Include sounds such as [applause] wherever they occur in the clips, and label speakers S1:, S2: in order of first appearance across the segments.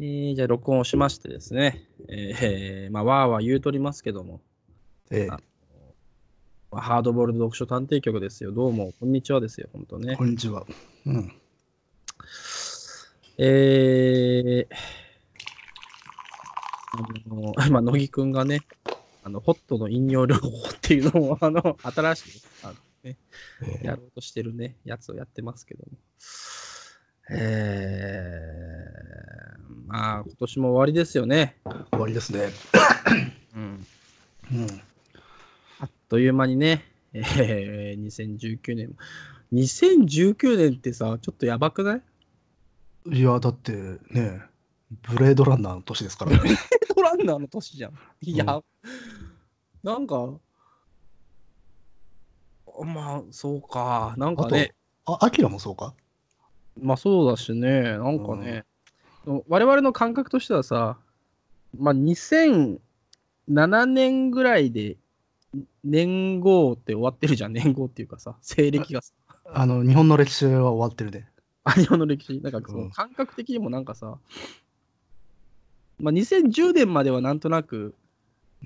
S1: えーじゃあ、録音をしましてですね、えーまあ、わーわー言うとりますけども、
S2: え
S1: あまあハードボールド読書探偵局ですよ。どうも、こんにちはですよ、本当
S2: え
S1: ね。
S2: こんにちは。うん。
S1: えー、あの、 [laughs] 今、乃木くんがね、あの、ホットの飲料療法っていうのを、 [laughs] あの、新しく、あのね、
S2: ええ
S1: やろうとしてるね、やつをやってますけども。えー、まあ、今年も終わりですよね。
S2: 終わりですね。
S1: うん。
S2: うん。
S1: あっという間にね、えー、2019年も。2019年ってさ、ちょっとやばくない
S2: いや、だってね、ブレードランナーの年ですからね。
S1: トランナーの年じゃん。いや、
S2: う
S1: なんか、まあ、そうか、なん
S2: あ
S1: か
S2: と
S1: ね、、
S2: あ、アキラもそうか
S1: まあそうだしね、なんかね、我々の感覚としてはさ、まあ2007年ぐらいで、年号って終わってるじゃん、年号っていうかさ、西暦がさ。
S2: あの、日本の歴史は終わってるね。
S1: アニオの歴史、なんかそうの
S2: ん
S1: 感覚的にもなんかさ、まあ、2010年まではなんとなく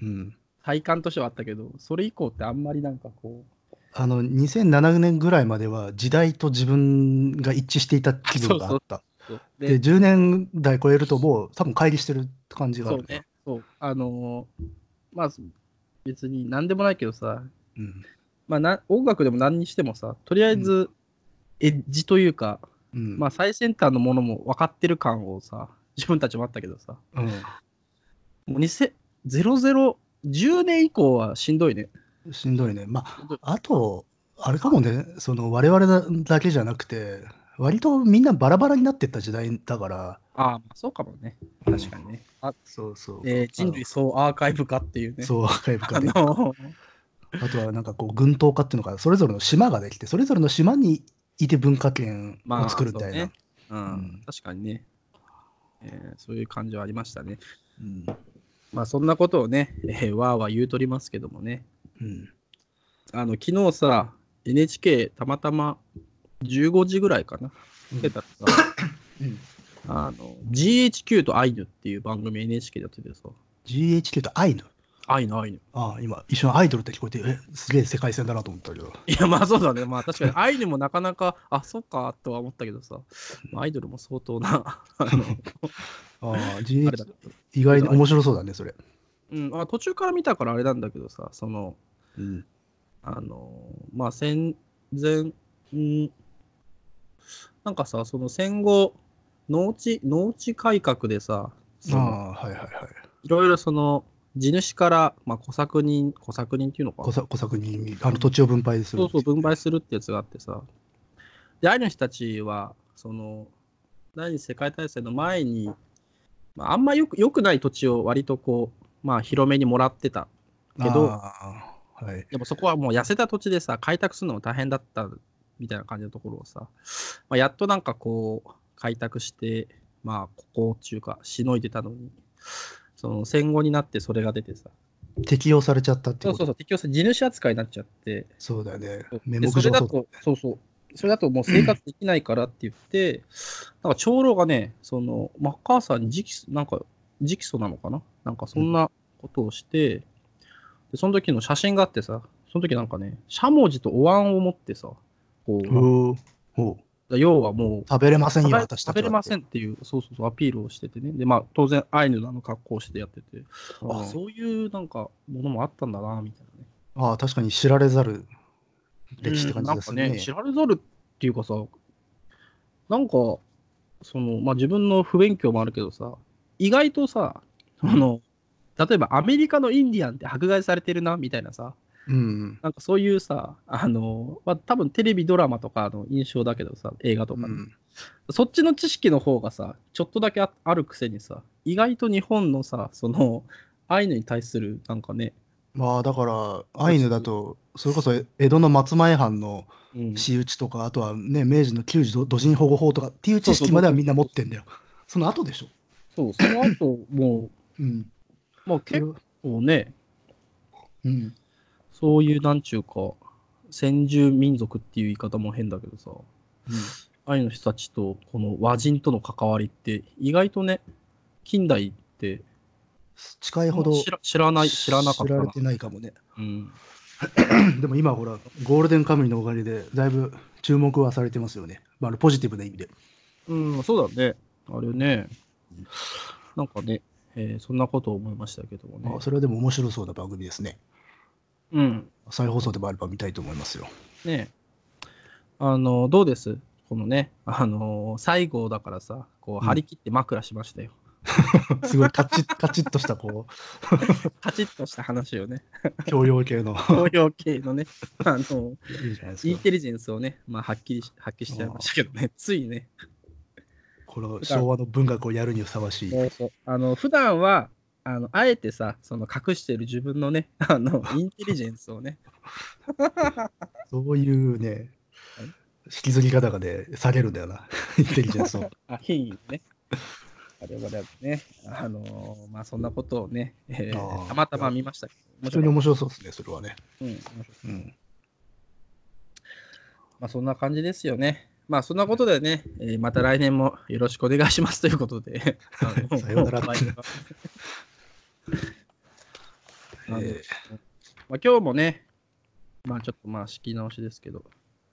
S2: うん。
S1: 体感としてはあったけど、それ以降ってあんまりなんかこう、
S2: あの、2007年ぐらいまでは時代と自分が一致していた気分があった。
S1: そうで、
S2: で、10年代超えるともう多分乖離してる感じがあ
S1: そう
S2: る。
S1: ね、そう、あのーまあ別に何でもないけどさ、
S2: うん。
S1: まあな音楽でも何にしてもさ、とりあえずエッジというか、
S2: うん。
S1: まあ最先端のものも分かってる感をさ、自分たちもあったけどさ、もう2000 00 10年以降はしんどいね。
S2: うん。しんどいね。まあ、
S1: しんどい
S2: あと、あれかもね、その我々だけじゃなくて、割とみんなバラバラになってった時代だから、
S1: ああ、まあそうかもね。確かにね。あ
S2: そうそう
S1: えー人類総アーカイブ化っていうね。
S2: そう、アーカイブ化
S1: あ
S2: で。
S1: [laughs] の、
S2: あとはなんかこう、群島化っていうのが、それぞれの島ができて、それぞれの島にいて文化圏
S1: まあ、
S2: を作るみたいな。
S1: そうねうん
S2: うん
S1: 確かにね、えーそういう感じはありましたね。
S2: うん
S1: まあ、そんなことをね、えーわーわー言うとりますけどもね。
S2: うん
S1: あの、昨日さ、NHK たまたま15時ぐらいかな。
S2: うん
S1: つけたらさ、
S2: うん
S1: あの、GHQ とアイヌっていう番組 NHK でやっててさ、
S2: GHQ とアイヌ。
S1: アイヌ、アイヌ。
S2: ああ、今、一瞬アイドルって聞こえて、え、すげえ世界線だなと思ったけど。
S1: いや、まあそうだね。まあ確かに、アイヌもなかなか、あ、そうか、とは思ったけどさ、まあアイドルも相当な、あの、
S2: ああ、
S1: あれだ
S2: GH、意外に面白そうだね、それ。
S1: うん、あ途中から見たからあれなんだけどさ、その、
S2: うん。
S1: あのーまあ、戦前、うん、なんかさ、その戦後、農地、農地改革でさ、そ
S2: あ
S1: の
S2: あ、はいはいはい。
S1: いろいろその、地主から、まあ、小作人、小作人っていうのか
S2: 小作小作にあの土地を分配する。
S1: そうそう、分配するってやつがあってさ、で、アイヌの人たちは、その、第二次世界大戦の前に、まあ、あんまよくよくない土地を割とこう、まあ、広めにもらってたけど
S2: あーはい。
S1: でもそこはもう痩せた土地でさ、開拓するのも大変だったみたいな感じのところをさ、まあ、やっとなんかこう、開拓して、まあ、ここっていうか、しのいでたのに、その戦後になってそれが出てさ、
S2: 適用されちゃったって
S1: そ
S2: いううこ
S1: そう
S2: と。
S1: そう、結局さ、地主扱いになっちゃって、
S2: そうだよね。
S1: で
S2: 名目
S1: それ
S2: 上
S1: だ
S2: そう。
S1: と、そうそう、それだともう生活できないからって言って、なんか長老がね、その、マッカーサーに直訴、なんか、直訴なのかななんかそんなことをして、で、その時の写真があってさ、その時なんかね、しゃもじとお椀を持ってさ、こう、
S2: おーおう
S1: 要はもう、
S2: 食べれません
S1: 食
S2: よ、
S1: べ
S2: 私た
S1: 食
S2: ちは
S1: べれませんっていう、そうそうそう、アピールをしててね。で、まあ、当然、アイヌのあの格好をしてやってて、
S2: うん
S1: あそういうなんか、ものもあったんだな、みたいなね。
S2: ああ、確かに知られざる歴史って感じ
S1: うん
S2: ですね。
S1: なんかね、知られざるっていうかさ、なんか、その、まあ、自分の不勉強もあるけどさ、意外とさ、あの、例えばアメリカのインディアンって迫害されてるな、みたいなさ、
S2: うん。
S1: なんかそういうさ、あの、まあ、多分テレビドラマとかの印象だけどさ、映画とかね、
S2: うん
S1: そっちの知識の方がさ、ちょっとだけああるくせにさ、意外と日本のさ、その、アイヌに対する、なんかね、
S2: まあだから、アイヌだと、それこそ江戸の松前藩の
S1: うん
S2: 仕打ちとか、あとはね、明治の旧時土人保護法とかっていう知識まではみんな持ってんだよ。その後でしょ。
S1: そう、その後、も
S2: うん。
S1: う、まあ結構ね、
S2: うん。
S1: そういうなんちゅうか、先住民族っていう言い方も変だけどさ、アイヌの人たちとこの和人との関わりって意外とね、近代って
S2: 近いほど
S1: 知ら知らない、知らなかった
S2: 知られ
S1: な。
S2: てないかもね。
S1: うん、
S2: でも今ほら、ゴールデンカムイのおかげで、だいぶ注目はされてますよね。まあ、あのポジティブな意味で。
S1: うん、そうだね。あれね。なんかね、えーそんなことを思いましたけどもね
S2: まあ、。それはでも面白そうな番組ですね。
S1: うん。
S2: 再放送でもあれば見たいと思いますよ。 [laughs]
S1: ねあの、どうですこのね、あの最後だからさ、こう、張り切って枕しましたよ。
S2: すごいカチッ、カチッとした、こ
S1: カチッとした話をね、
S2: う、教養系の。
S1: 東洋系のね、あの、
S2: いいじゃないです
S1: イン
S2: か。
S1: テリジェンスをね、まあ、発揮し発揮しちゃいましたけどね、ついね。
S2: この昭和の文学をやるにふさわしい。
S1: そうそうあの普段はあのあえてさその隠してる自分のね [laughs] あのインテリジェンスをね
S2: そういうね、引きずり方がね、下げるんだよな。 [laughs] インテリジェンスを。
S1: あ品位をね我々はねあのーまあそんなことをね、えー
S2: あー
S1: たまたま見ましたけど
S2: 非常に面白そうですね、それはね。
S1: うんうん
S2: うん。
S1: まあそんな感じですよねまあそんなことでね、えーまた来年もよろしくお願いしますということで [laughs] あの
S2: さようなら
S1: お会いしますあの
S2: [laughs] え
S1: まあ、今日もね、まあちょっとまあ仕切り直しですけど、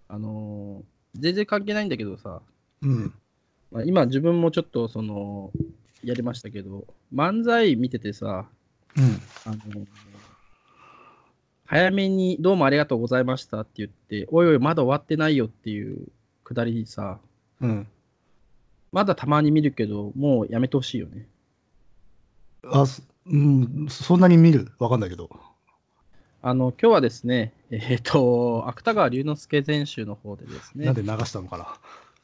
S1: あのー全然関係ないんだけどさ、
S2: ーうん。
S1: まあ、今自分もちょっとその、やりましたけど、漫才見ててさ、
S2: うん。
S1: あのー早めにどうもありがとうございましたって言って、おいおいまだ終わってないよっていうくだりさ、
S2: うん。
S1: まだたまに見るけど、もうやめてほしいよね。
S2: あ、そうん、そんなに見るわかんないけど。
S1: あの、今日はですね、えっ、と、芥川龍之介全集の方でですね、
S2: なんで流したのかな。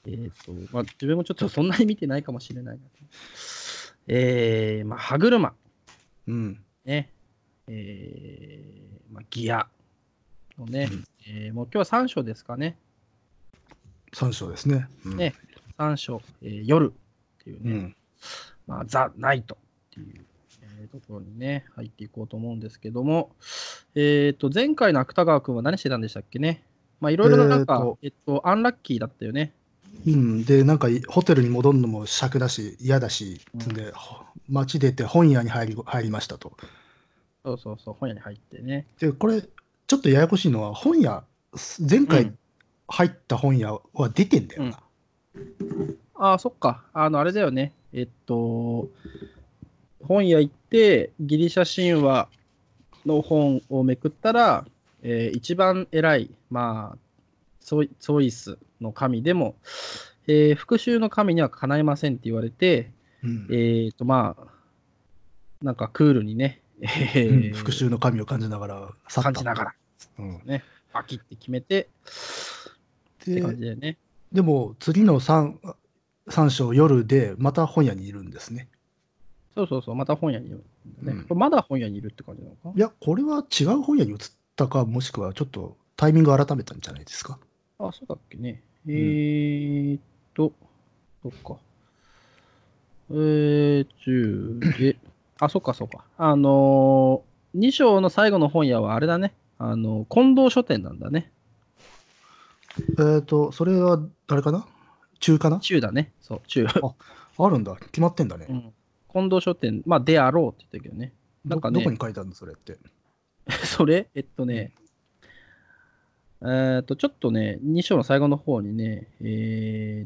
S1: えーとまあ、自分もちょっとそんなに見てないかもしれないな。えーまあ、歯車、
S2: うん。
S1: ねえーまあ、ギアのね、
S2: うん
S1: えーもう今日は3章ですかね、
S2: 三章ですね。うん
S1: ね3章、えー夜っていう
S2: う
S1: ね、
S2: ん。
S1: まあ、ザ・ナイトっていう、えーところにね、入っていこうと思うんですけども、えー、と前回の芥川君は何してたんでしたっけね、まあ、いろいろななん
S2: えー
S1: か、
S2: と
S1: えっと、アンラッキーだったよね。
S2: うん、で、なんかいホテルに戻るのも尺だし、嫌だし、つんで、ほ街出て本屋に入り入りましたと。
S1: そうそうそう、本屋に入ってね。
S2: で、これ、ちょっとややこしいのは、本屋、す前
S1: う
S2: 回
S1: ん
S2: 入った本屋は出てんだよな。
S1: ああ、そっか。あの、あれだよね。えっと、本屋行って、ギリシャ神話の本をめくったら、えー一番偉い、まあ、ソイソイスの神でも、えー復讐の神にはかないませんって言われて、
S2: うん
S1: えー、と、まあ、なんかクールにね、え
S2: うん
S1: ー
S2: 復讐の神を感じながら去った
S1: 感じながら、
S2: うん
S1: ね、パキって決めて、って感
S2: で
S1: じだよね。
S2: でも次の 3, 三章夜でまた本屋にいるんですね
S1: そうそうそう、また本屋にいるんだね。
S2: うん
S1: これまだ本屋にいるって感じなのか
S2: いやこれは違う本屋に移ったかもしくはちょっとタイミング改めたんじゃないですか
S1: あ、そうだっけね。えーっと、そっか。えー、10で、 [coughs] あ、そっかそっか。あのー、2章の最後の本屋はあれだね。あのー、近藤書店なんだね。
S2: えっ、とそれはあれかな中かな
S1: 中だね。そう、中。
S2: あるんだ決まってんだね、
S1: うん、近藤書店、まあ、であろうって言ったけどね。
S2: ど
S1: なんかね
S2: どこに書いてあるのそれって
S1: [laughs] それ、えっとね、えーっと、ちょっとね、2章の最後の方にね、えー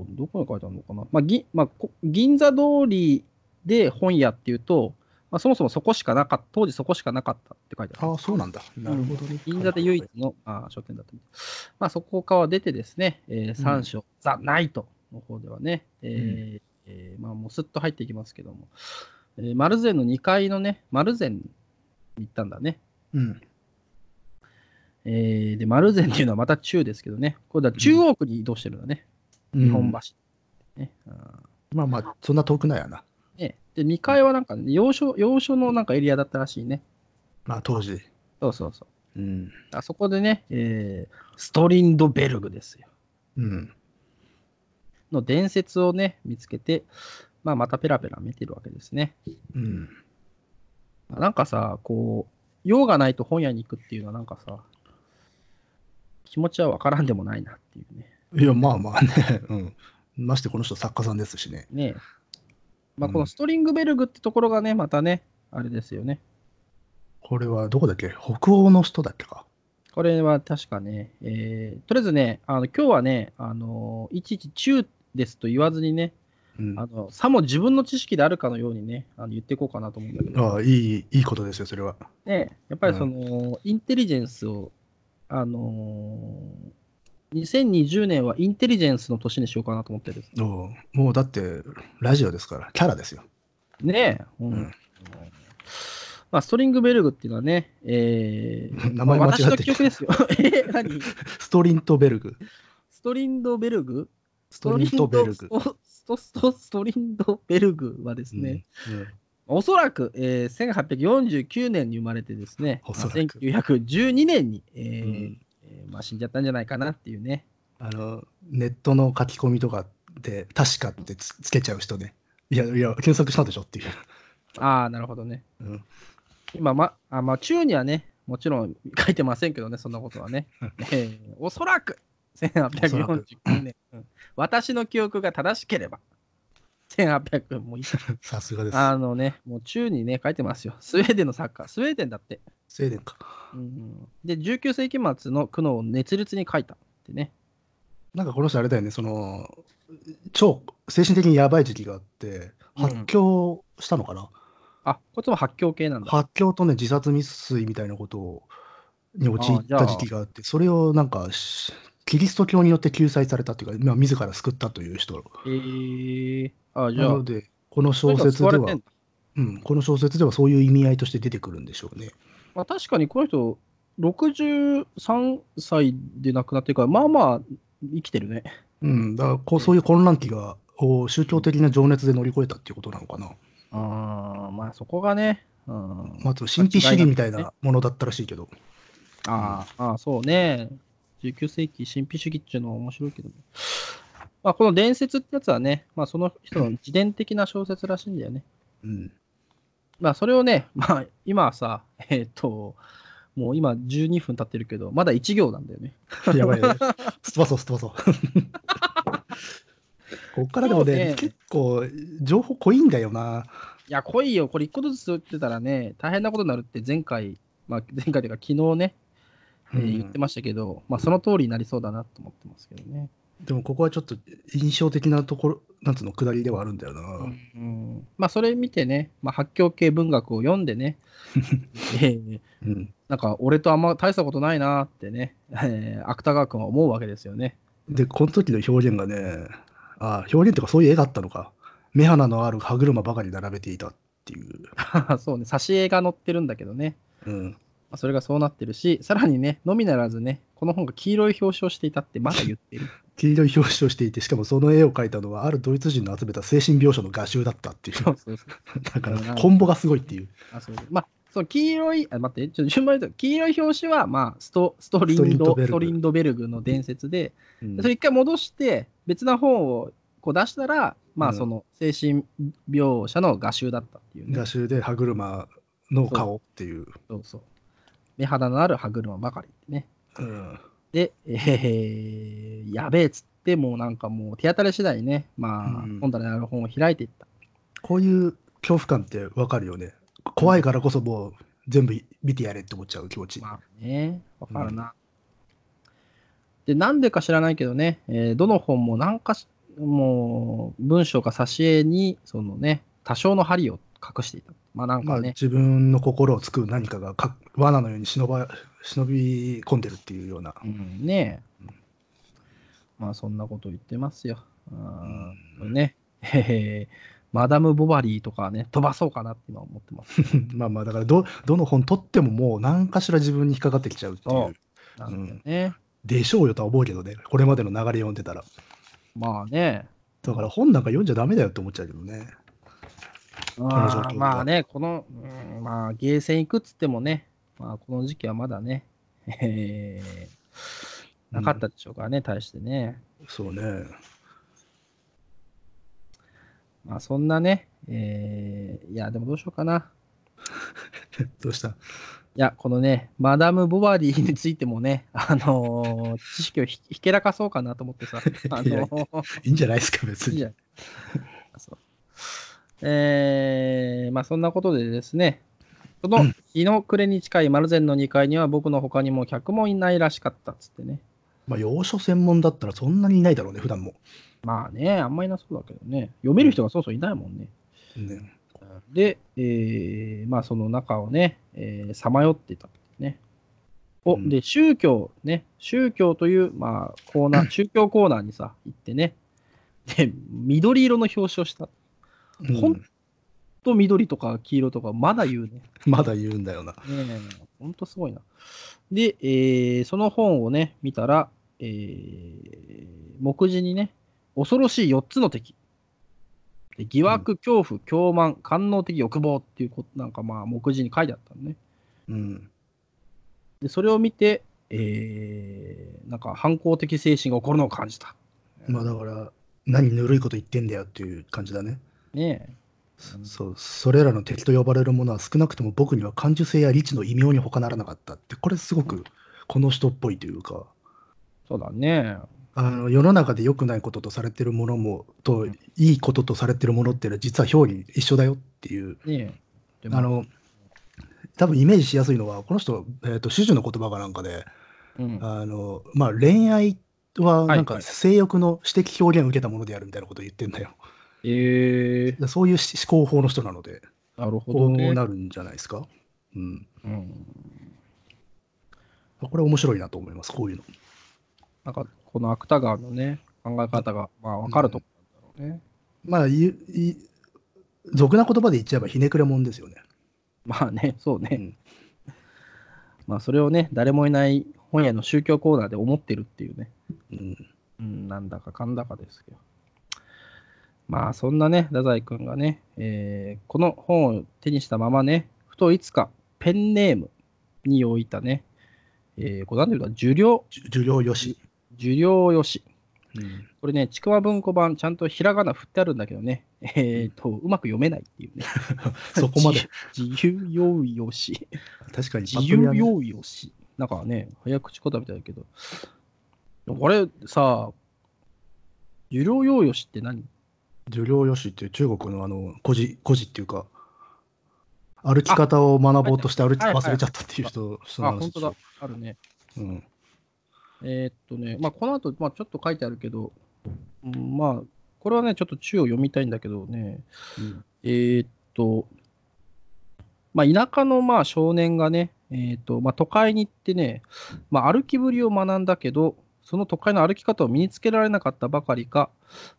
S1: っと、どこに書いてあるのかな、まあぎまあ、こ銀座通りで本屋っていうと、まあ、そもそもそこしかなかった、当時そこしかなかったって書いてある。
S2: ああそうなんだなるほどね
S1: 銀座で唯一の、あー書店だったみたいまあ、そこから出てですね、え3章、ザ・ナイトの方ではね、えーえーまあ、もうすっと入っていきますけども、えー、丸善の2階のね、丸善に行ったんだね。
S2: うん
S1: えー、で、丸善っていうのはまた中ですけどね。これだ、中央区に移動してるんだね。日本橋。ねあ
S2: うんまあまあそんな遠くないやな
S1: ーねで、2階はなんか、ね、洋書、洋書のなんかエリアだったらしいね。
S2: まあ当時
S1: そうそうそう。
S2: うん
S1: あそこでね、えーストリンドベルグですよ。
S2: うん
S1: の伝説をね、見つけて、まあ、またペラペラ見てるわけですね。
S2: うん
S1: なんかさ、こう、用がないと本屋に行くっていうのはなんかさ、気持ちはわからんでもないなっていうね。
S2: [laughs] いや、まあまあね、うん。ましてこの人作家さんですしね。
S1: ねまあ、
S3: うん
S1: このストリングベルグってところがね、またね、あれですよね。
S2: これはどこだっけ北欧の人だっけか。
S1: これは確かね、えーとりあえずね、あの今日はね、あのいちいち中ですと言わずにね、
S2: うん、
S1: あ
S2: あ
S1: のさも自分の知識であるかのようにね、あの言っていこうかなと思うんだけど、
S2: あいい、いいことですよ、それは。
S1: ね、やっぱりその、インテリジェンスを、あのー2020年はインテリジェンスの年にしようかなと思ってるんです。
S2: おうもうだって、ラジオですから、キャラですよ。
S1: ねえ、うん
S2: うん
S1: まあ、ストリングベルグっていうのはね、えー、
S2: [laughs] 名前間違って
S1: 私
S2: る
S1: の記憶ですよ。 [laughs] え何
S2: ストリントベルグ。
S1: ストリンドベルグ
S2: ストリントベルグ
S1: ス。トストストストリンドベルグはですね、
S2: うんうん
S1: おそらく、えー1849年に生まれてですね、
S2: おそらく
S1: まあ1912年に、えー
S2: うん
S1: えーまあ、死んじゃったんじゃないかなっていうね。
S2: あの、ネットの書き込みとかで、確かってつつけちゃう人ね。いやいや、検索したでしょっていう。 [laughs]
S1: ああ、なるほどね。
S2: うん
S1: 今、ま、あまあ、中にはね、もちろん [laughs] 書いてませんけどね、そんなことは
S2: [laughs]
S1: ね。えーおそらく1849年、うん私の記憶が正しければ、1800もういい
S2: さすがです。
S1: あのね、もう中にね、書いてますよ。スウェーデンのサッカー、スウェーデンだって。
S2: スウェーデンか。
S1: うん、で、19世紀末の苦悩を熱烈に書いたってね。
S2: なんかこの人あれだよね、その、超精神的にやばい時期があって、
S1: うん
S2: 発狂したのかな、
S1: あ、こいつも発狂系なんだ。
S2: 発狂とね、自殺未遂みたいなことをに陥っ
S1: あーじゃあ
S2: た時期があって、それをなんかし、キリスト教によって救済されたっていうか、まあ、自ら救ったという人。
S1: えー、あ、じゃ
S2: な
S1: あ、
S2: ので、この
S1: そうい
S2: 小
S1: うのは
S2: 説
S1: 救わ
S2: で
S1: れて
S2: は
S1: ん、だ
S2: うん、この小説ではそういう意味合いとして出てくるんでしょうね。
S1: まあ、確かにこの人、63歳で亡くなってるから、まあまあ生きてるね。
S2: うん、だからこうそういう混乱期が、こう宗教的な情熱で乗り越えたっていうことなのかな。
S1: ああ、まあそこがね。うん、
S2: まあ、あと神秘主義みたいなものだったらしいけど。
S1: あーあー、そうね。19世紀神秘主義っていうのは面白いけどね、まあ、この伝説ってやつはね、まあ、その人の自伝的な小説らしいんだよね。
S2: [laughs] うん、
S1: まあ、それをね、まあ、今はさ、えっ、と、もう今12分経ってるけど、まだ1行なんだよね。
S2: やばい [laughs] ね。すっ飛ばそう、すっ飛ばそう。 [laughs] こっからでも
S1: そ
S2: ね、
S1: うね
S2: 結構、情報濃いんだよな。
S1: いや、来いよ、これ1個ずつ打ってたらね、大変なことになるって前回、まあ、前回というか昨日ね、えー
S2: うん
S1: 言ってましたけど、まあ、その通りになりそうだなと思ってますけどね。
S2: でも、ここはちょっと印象的なところ、なんつうの、下りではあるんだよな。
S1: うんまあそれ見てね、まあ、発狂系文学を読んでね、 [laughs] えー
S2: うん
S1: なんか俺とあんま大したことないなーってね、えー芥川君は思うわけですよね。 [laughs]
S2: で、この時の表現がね、あ表現っていうか、そういう絵があったのか。目鼻のある歯車ばかり並べていたっていう。
S1: そうね、挿絵が載ってるんだけどね、
S2: う
S1: ま
S2: ん、
S1: あ、それがそうなってるし、さらにね、のみならずね、この本が黄色い表紙をしていたってまだ言ってる。
S2: 黄色い表紙をしていて、しかもその絵を描いたのは、あるドイツ人の集めた精神描写の画集だったっていう。
S1: [laughs] そうそうそう
S2: だから、コンボがすごいっていう。
S1: あそうまあ、その黄色い、あ待って、ちょっと順番に言うと、黄色い表紙は、まあ、ストストリンド
S2: ストリンドベル
S1: ストリンドベル
S2: グ
S1: グの伝説で、
S2: うん
S1: でそれ一回戻して、別な本をこう出したら、ま
S2: う
S1: あ、
S2: ん
S1: その精神描写の画集だったっていうね。
S2: 画集で歯車の顔っていう。
S1: そうそう。目肌のある歯車ばかりってね。
S2: うん
S1: で、えー、やべえっつって、もうなんかもう手当たり次第ね、まあ、
S2: うん
S1: 本棚のある本を開いていった。
S2: こういう恐怖感ってわかるよね。怖いからこそもう全部見てやれって思っちゃう気持ち。
S1: まあね、わかるな。で、なんでか知らないけどね、えーどの本もなんかし、もう、文章か挿絵に、そのね、多少の針を隠していた。まあなん
S2: まあ、
S1: かね、
S2: 自分の心を救う何かがか罠のように忍ば忍び込んでるっていうような。
S1: うん、ねえ。まあそんなこと言ってますよ。あーね、へへマダム・ボバリーとかね、飛ばそうかなって今思ってます。
S2: [laughs] まあまあだからどどの本取ってももう何かしら自分に引っかかってきちゃうってい
S1: そう
S2: う。
S1: なんだよね。
S2: でしょうよとは思うけどね。これまでの流れ読んでたら。
S1: まあね。
S2: だから本なんか読んじゃダメだよって思っちゃうけどね。の状況
S1: あーまあね、この、うんまあ、ゲーセン行くっつってもね、まあ、この時期はまだね、 [laughs] えーなかったでしょうからね、対してね。
S2: そうね。
S1: まあ、そんなね、えーいや、でもどうしようかな。
S2: どうした
S1: いや、このね、マダム・ボバリーについてもね、あのー知識をひひけらかそうか
S2: [laughs]
S1: なと思ってさ、あのー
S2: いいんじゃないですか別
S1: いいじ
S2: に。
S1: ゃん。あそうえーまあそんなことでですね、その日の暮れに近い丸善の2階には僕の他にも客もいないらしかったっつってね。
S2: まあ、要所専門だったらそんなにいないだろうね、普段も。
S1: まあね、あんまりなそうだけどね。読める人がそうそういないもんね。
S2: ね
S1: で、えーまあその中をね、さまよってたね。お、
S2: うん
S1: で、宗教ね、宗教という、まあ、コー
S2: [coughs]
S1: ナー、宗教コーナーにさ、行ってね。で、緑色の表紙をした。ほん
S2: うん
S1: と緑とか黄色とか、まだ言うね。
S2: まだ言うんだよな。
S1: ねえねえねえ、ほんとすごいな。で、えーその本をね、見たら、えー目次にね、恐ろしい4つの敵。で疑惑、恐怖、狂慢、官能的欲望っていうこと、なんかまあ、目次に書いてあったのね。
S2: うん。
S1: で、それを見て、えーなんか反抗的精神が起こるのを感じた。
S2: まあ、だから、何ぬるいこと言ってんだよっていう感じだね。
S1: ねえ。
S2: そう、それらの敵と呼ばれるものは少なくとも僕には感受性や理知の異名に他ならなかったって、これすごくこの人っぽいというか、
S1: そうだね。
S2: あの世の中で良くないこととされてるものも、といいこととされてるものっていうのは実は表裏一緒だよっていう、
S1: ねえ。でも
S2: あ、の、多分イメージしやすいのは、この人、えーと、主樹の言葉がなんかで、
S1: うん、
S2: あの、まあ恋愛はなん
S1: はいはい
S2: か性欲の私的表現を受けたものであるみたいなことを言ってんだよ。
S1: えー、
S2: だからそういう思思考法の人なので、
S1: なるほ
S2: こ
S1: ど
S2: う
S1: ね。
S2: なるんじゃないですか。うん。
S1: うん
S2: これ面白いなと思います、こういうの。
S1: なんか、この芥川のね、考え方が、まあ、わかるところなんだろうね。
S2: まあ、ゆい俗な言葉で言っちゃえばひねくれもんですよね。
S1: まあね、 [laughs] そうね。
S2: うん
S1: まあ、それをね、誰もいない本屋の宗教コーナーで思ってるっていうね。
S2: うん
S1: うん、なんだかかんだかですけど。まあ、そんなね、太宰君がね、えーこの本を手にしたままね、ふといつかペンネームに置いたね、えー、これなんていうんだ、受領、
S2: じゅ受領よし。
S1: 受領よし。
S2: うん
S1: これね、ちくわ文庫版、ちゃんとひらがな振ってあるんだけどね、えーと、うまく読めないっていうね。
S2: そこまで。
S1: 自由用意よし。
S2: 確かに
S1: 自由用意よし。なんかね、早口言葉みたいだけど。これさ、受領用意よしって何
S2: 受領よしっていう中国のあの孤児孤児っていうか歩き方を学ぼうとして歩き
S1: はいはい
S2: 忘れちゃったっていう人人の
S1: あ、
S2: 話
S1: 本
S2: で
S1: 当
S2: しょ
S1: だ。。あるね。
S2: うん
S1: えーっとね、まあ、この後、まあ、ちょっと書いてあるけど、うんまあ、これはね、ちょっと中を読みたいんだけどね、
S2: うん
S1: えーっと、まあ、田舎のまあ少年がね、えーっとまあ、都会に行ってね、まあ、歩きぶりを学んだけど、その都会の歩き方を身につけられなかったばかりか、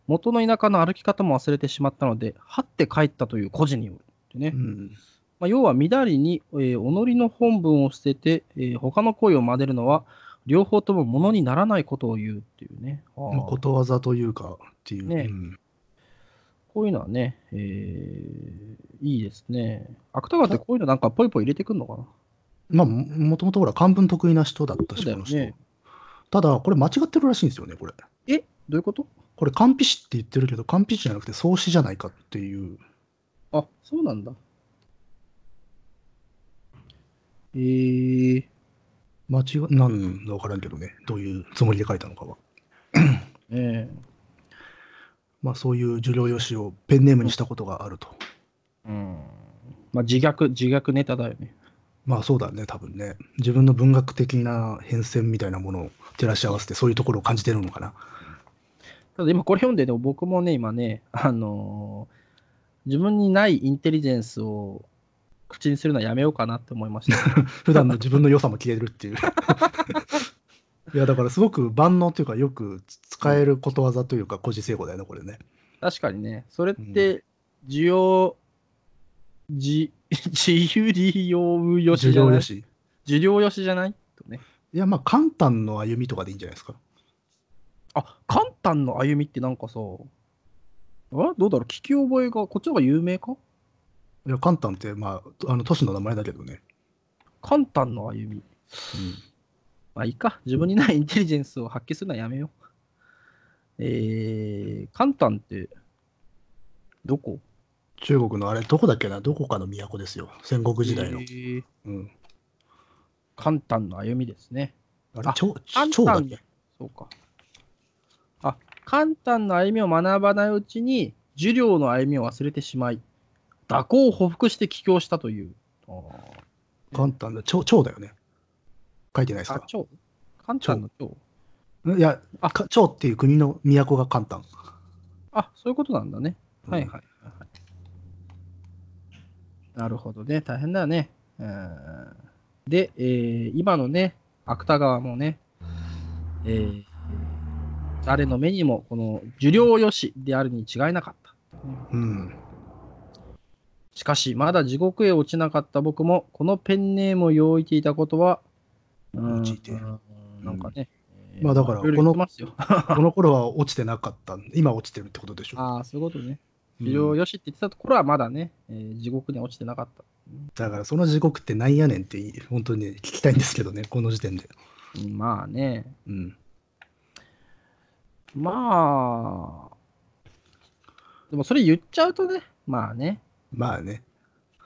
S1: 元の田舎の歩き方も忘れてしまったので、はって帰ったという孤児によるってね、
S2: うん
S1: まあ、要は、みだりに、えー己の本文を捨てて、えー他の行為を真似るのは、両方とも物にならないことを言うっていうね。あー
S2: ことわざというかっていう、
S1: ね
S2: うん
S1: こういうのはね、えーいいですね。芥川ってこういうのなんかぽいぽい入れてくんのかな
S2: まあももともとほら漢文得意な人だった
S1: そう
S2: し、
S1: だ
S2: こ
S1: よね
S2: の人ただこれ間違ってるらしいんですよねこれ
S1: えどういうこと
S2: これ漢筆って言ってるけど漢筆じゃなくて草子じゃないかっていう
S1: あ、そうなんだ。えー、
S2: 間違いなんだ分からんけどねどういうつもりで書いたのかは
S1: え
S2: まあそういう受領用紙をペンネームにしたことがあると、
S1: ーうん。まあ、自虐、自虐ネタだよね。
S2: まあそうだね、多分ね。自分の文学的な変遷みたいなものを照らし合わせて、そういうところを感じてるのかな。
S1: ただ今これ読んでね、僕もね、今ね、あのー自分にないインテリジェンスを口にするのはやめようかなって思いました。[laughs]
S2: 普段の自分の良さも消えるっていう。 [laughs] いや、だからすごく万能というか、よく使えることわざというか、個人成語だよね、これね。
S1: 確かにね、それって、需要、じ、 [laughs] 自由利用よし
S2: 受
S1: じゃ
S2: 領
S1: ない
S2: よし。
S1: 受領よしじゃないとね。
S2: いや、まあ、簡単の歩みとかでいいんじゃないですか。
S1: あ、簡単の歩みってなんかさ、あどうだろう聞き覚えが、こっちの方が有名か
S2: いや、簡単って、まあ、あの都市の名前だけどね。
S1: 簡単の歩み。まあいいか。自分にないイン [laughs] テリジェンスを発揮するのはやめよう。えー、簡単って、どこ
S2: 中国のあれ、どこだっけな、どこかの都ですよ。戦国時代の
S1: え。ー
S2: うん。
S1: 簡単の歩みですね。
S2: あ
S1: あ
S2: れ、蝶
S1: 簡単
S2: 蝶だっけ
S1: そうか。あ、簡単な歩みを学ばないうちに、儒領の歩みを忘れてしまい、蛇行を捕服して帰郷したという。あ
S2: 簡単だ。蝶蝶だよね。書いてないです
S1: あ、
S2: か。
S1: 長関ちゃんの長
S2: いや、
S1: あ
S2: か蝶っていう国の都が簡単。。
S1: あ、そういうことなんだね。はいはいい。なるほどね。大変だよね。うんで、えー今のね、芥川もね、えー誰の目にも、この、受領よしであるに違いなかった。
S2: うん。 [laughs]
S1: しかし、まだ地獄へ落ちなかった僕も、このペンネームを用意していたことは、うん
S2: 用いて
S1: うんなんかね。えー
S2: まあだから
S1: いろいろ
S2: この
S1: 言ってますよ
S2: この頃は落ちてなかった。今落ちてるってことでしょ。
S1: ああ、そういうことね。
S2: うん
S1: 受領よしって言ってたところは、まだね、えー地獄には落ちてなかった。
S2: だからその地獄ってなんやねんっていい本当にね聞きたいんですけどね、この時点で。
S1: うんまあね、
S2: うん。
S1: まあ、でもそれ言っちゃうとね、まあね、
S2: まあね、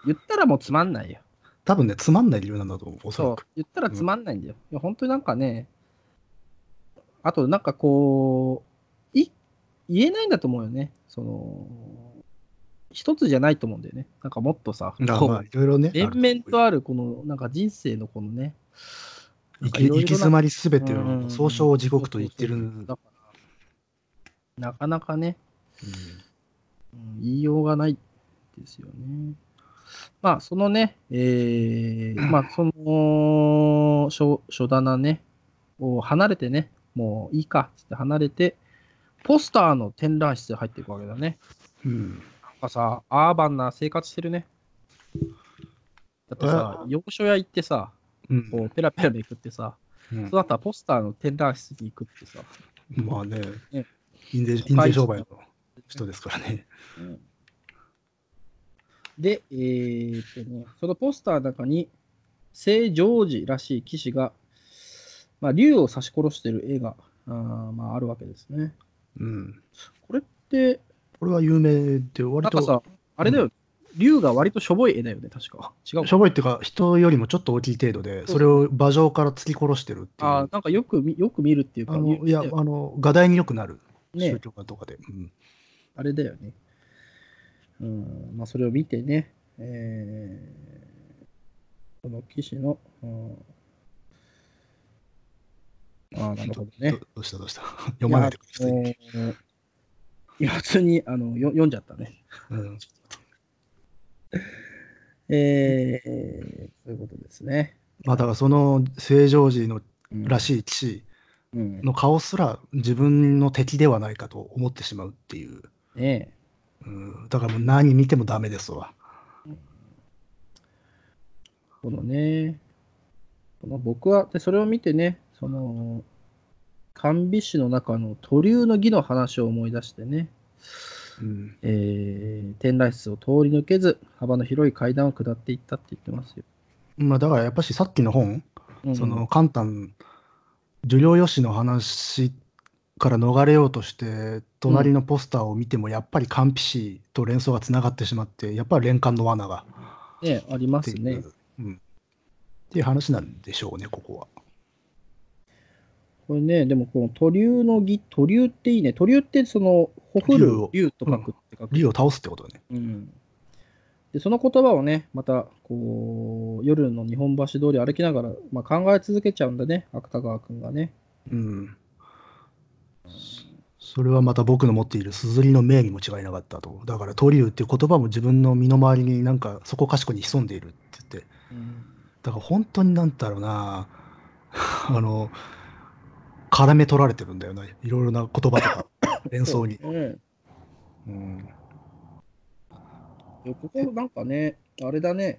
S1: 言ったらもうつまんないよ。
S2: 多分ね、つまんない理由なんだと思う、おそ
S1: そ
S2: ら
S1: う
S2: く。、
S1: 言ったらつまんないんだよ。いや本当になんかね、あとなんかこう、い言えないんだと思うよね。その、一つじゃないと思うんだよね。なんかもっとさ、
S2: だからま
S1: こ
S2: あ、いろいろね
S1: う、、連綿とあるこの、なんか人生のこのね、
S2: 行き行き詰まりすべて
S1: う
S2: を
S1: ん
S2: 総称を地獄と言ってる。
S1: そうそうそうだからなかなかね、うん言いようがないですよね。まあ、そのね、えーまあ、その書書棚ね、を離れてね、もういいかっつって離れて、ポスターの展覧室へ入っていくわけだね。
S2: うん
S1: なんかさ、アーバンな生活してるね。だってさ、洋書屋行ってさ、
S2: うん
S1: こうペラペラめくってさ、
S2: うん
S1: そうだったらポスターの展覧室に行くってさ、
S2: まあね
S1: ね、
S2: 印税印税商売の人ですからね。
S1: で、えーっとね、そのポスターの中に、聖ジョージらしい騎士が、まあ、竜を刺し殺してる絵があー、まあ、あるわけですね。
S2: うん、
S1: これって、
S2: これは有名で、
S1: な
S2: 割
S1: んか
S2: と、
S1: さ、あれだよ、竜が割としょぼい絵だよね、確か。違う
S2: 商売っていうか、人よりもちょっと大きい程度で、それを馬上から突き殺してるっていう。
S1: あーなんかよく見よく見るっていうか、
S2: あ
S1: 言っ
S2: の
S1: て
S2: いや、
S1: たよ
S2: あの、画題によくなる、宗
S1: ね、
S2: 教家とかで。うん
S1: あれだよね。うん、まあ、それを見てね、えー、この騎士の、うん、ああ、なるほどね。
S2: どどうしたどう [laughs] した読まないでください。
S1: いや。あのーいや、普通にあのよ読んじゃったね。
S2: うん
S1: えー、そういうことですね。
S2: まあ、だからその正常時のら
S1: い。
S2: しい騎士
S1: うん、
S2: の顔すら自分の敵ではないかと思ってしまうっていう。
S1: ね
S2: うん、だからもう何見てもダメですわ。
S1: えこのね、この僕はで、それを見てね、その、甘美詩の中の鳥流の儀の話を思い出してね、
S2: うん、
S1: えー、展覧室を通り抜けず、幅の広い階段を下っていったって言ってますよ。
S2: まあ、だからやっぱしさっきの本、
S1: うん
S2: その簡単、受領よしの話から逃れようとして、隣のポスターを見てもやっぱりカンピシーと連想がつながってしまって、やっぱり連環の罠が
S1: ねありま
S2: って
S1: す
S2: いう,、
S1: ね。
S2: うん、っていう話なんでしょうね、ここは。
S1: これね、でもこの鳥流の儀、鳥流っていいね。鳥流ってその、ほふる
S2: 竜を
S1: 竜と書くって書く。
S2: 竜を倒すってことね。
S1: うんでその言葉をね、またこう夜の日本橋通り歩きながら、まあ、考え続けちゃうんだね、芥川君がね。
S2: うん。それはまた僕の持っているすずりの名義も違いなかったと。だから鳥竜っていう言葉も自分の身の回りになんかそこかしこに潜んでいるって言って。だから本当になんだろうな。 [laughs] あの、絡め取られてるんだよな。いろいろな言葉とか演奏に。
S1: うん
S2: うん。
S1: でここなんかね、あれだね。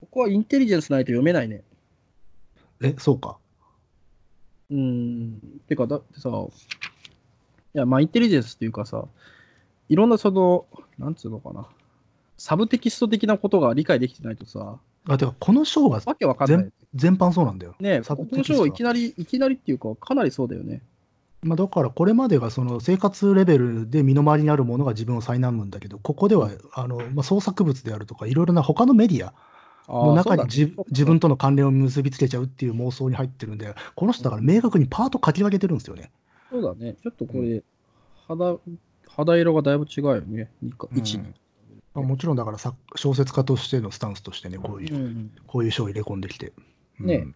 S1: ここはインテリジェンスないと読めないね。
S2: え、そうか。
S1: うん。てか、だってさ、いや、まあ、インテリジェンスっていうかさ、いろんなその、なんつうのかな、サブテキスト的なことが理解できてないとさ、
S2: あ、てかこの章が
S1: わけわかんない。
S2: 全般そうなんだよ。
S1: ねえ、
S2: サブ
S1: こ
S2: テ
S1: の
S2: キスト
S1: 章いきなり、いきなりっていうか、かなりそうだよね。
S2: まあ、だからこれまでがその生活レベルで身の回りにあるものが自分を苛むんだけどここではあの、まあ、創作物であるとかいろいろな他のメディアの中に自,、自分との関連を結びつけちゃうっていう妄想に入ってるんでこの人だから明確にパート書き分けてるんですよね。
S1: そうだね。ちょっとこれ、肌肌色がだいぶ違うよね、2か
S2: うん
S1: 1に。
S2: まあもちろんだからさ小説家としてのスタンスとしてね、こういうう、
S1: ん
S2: こういう書を入れ込んできて。うん
S1: ね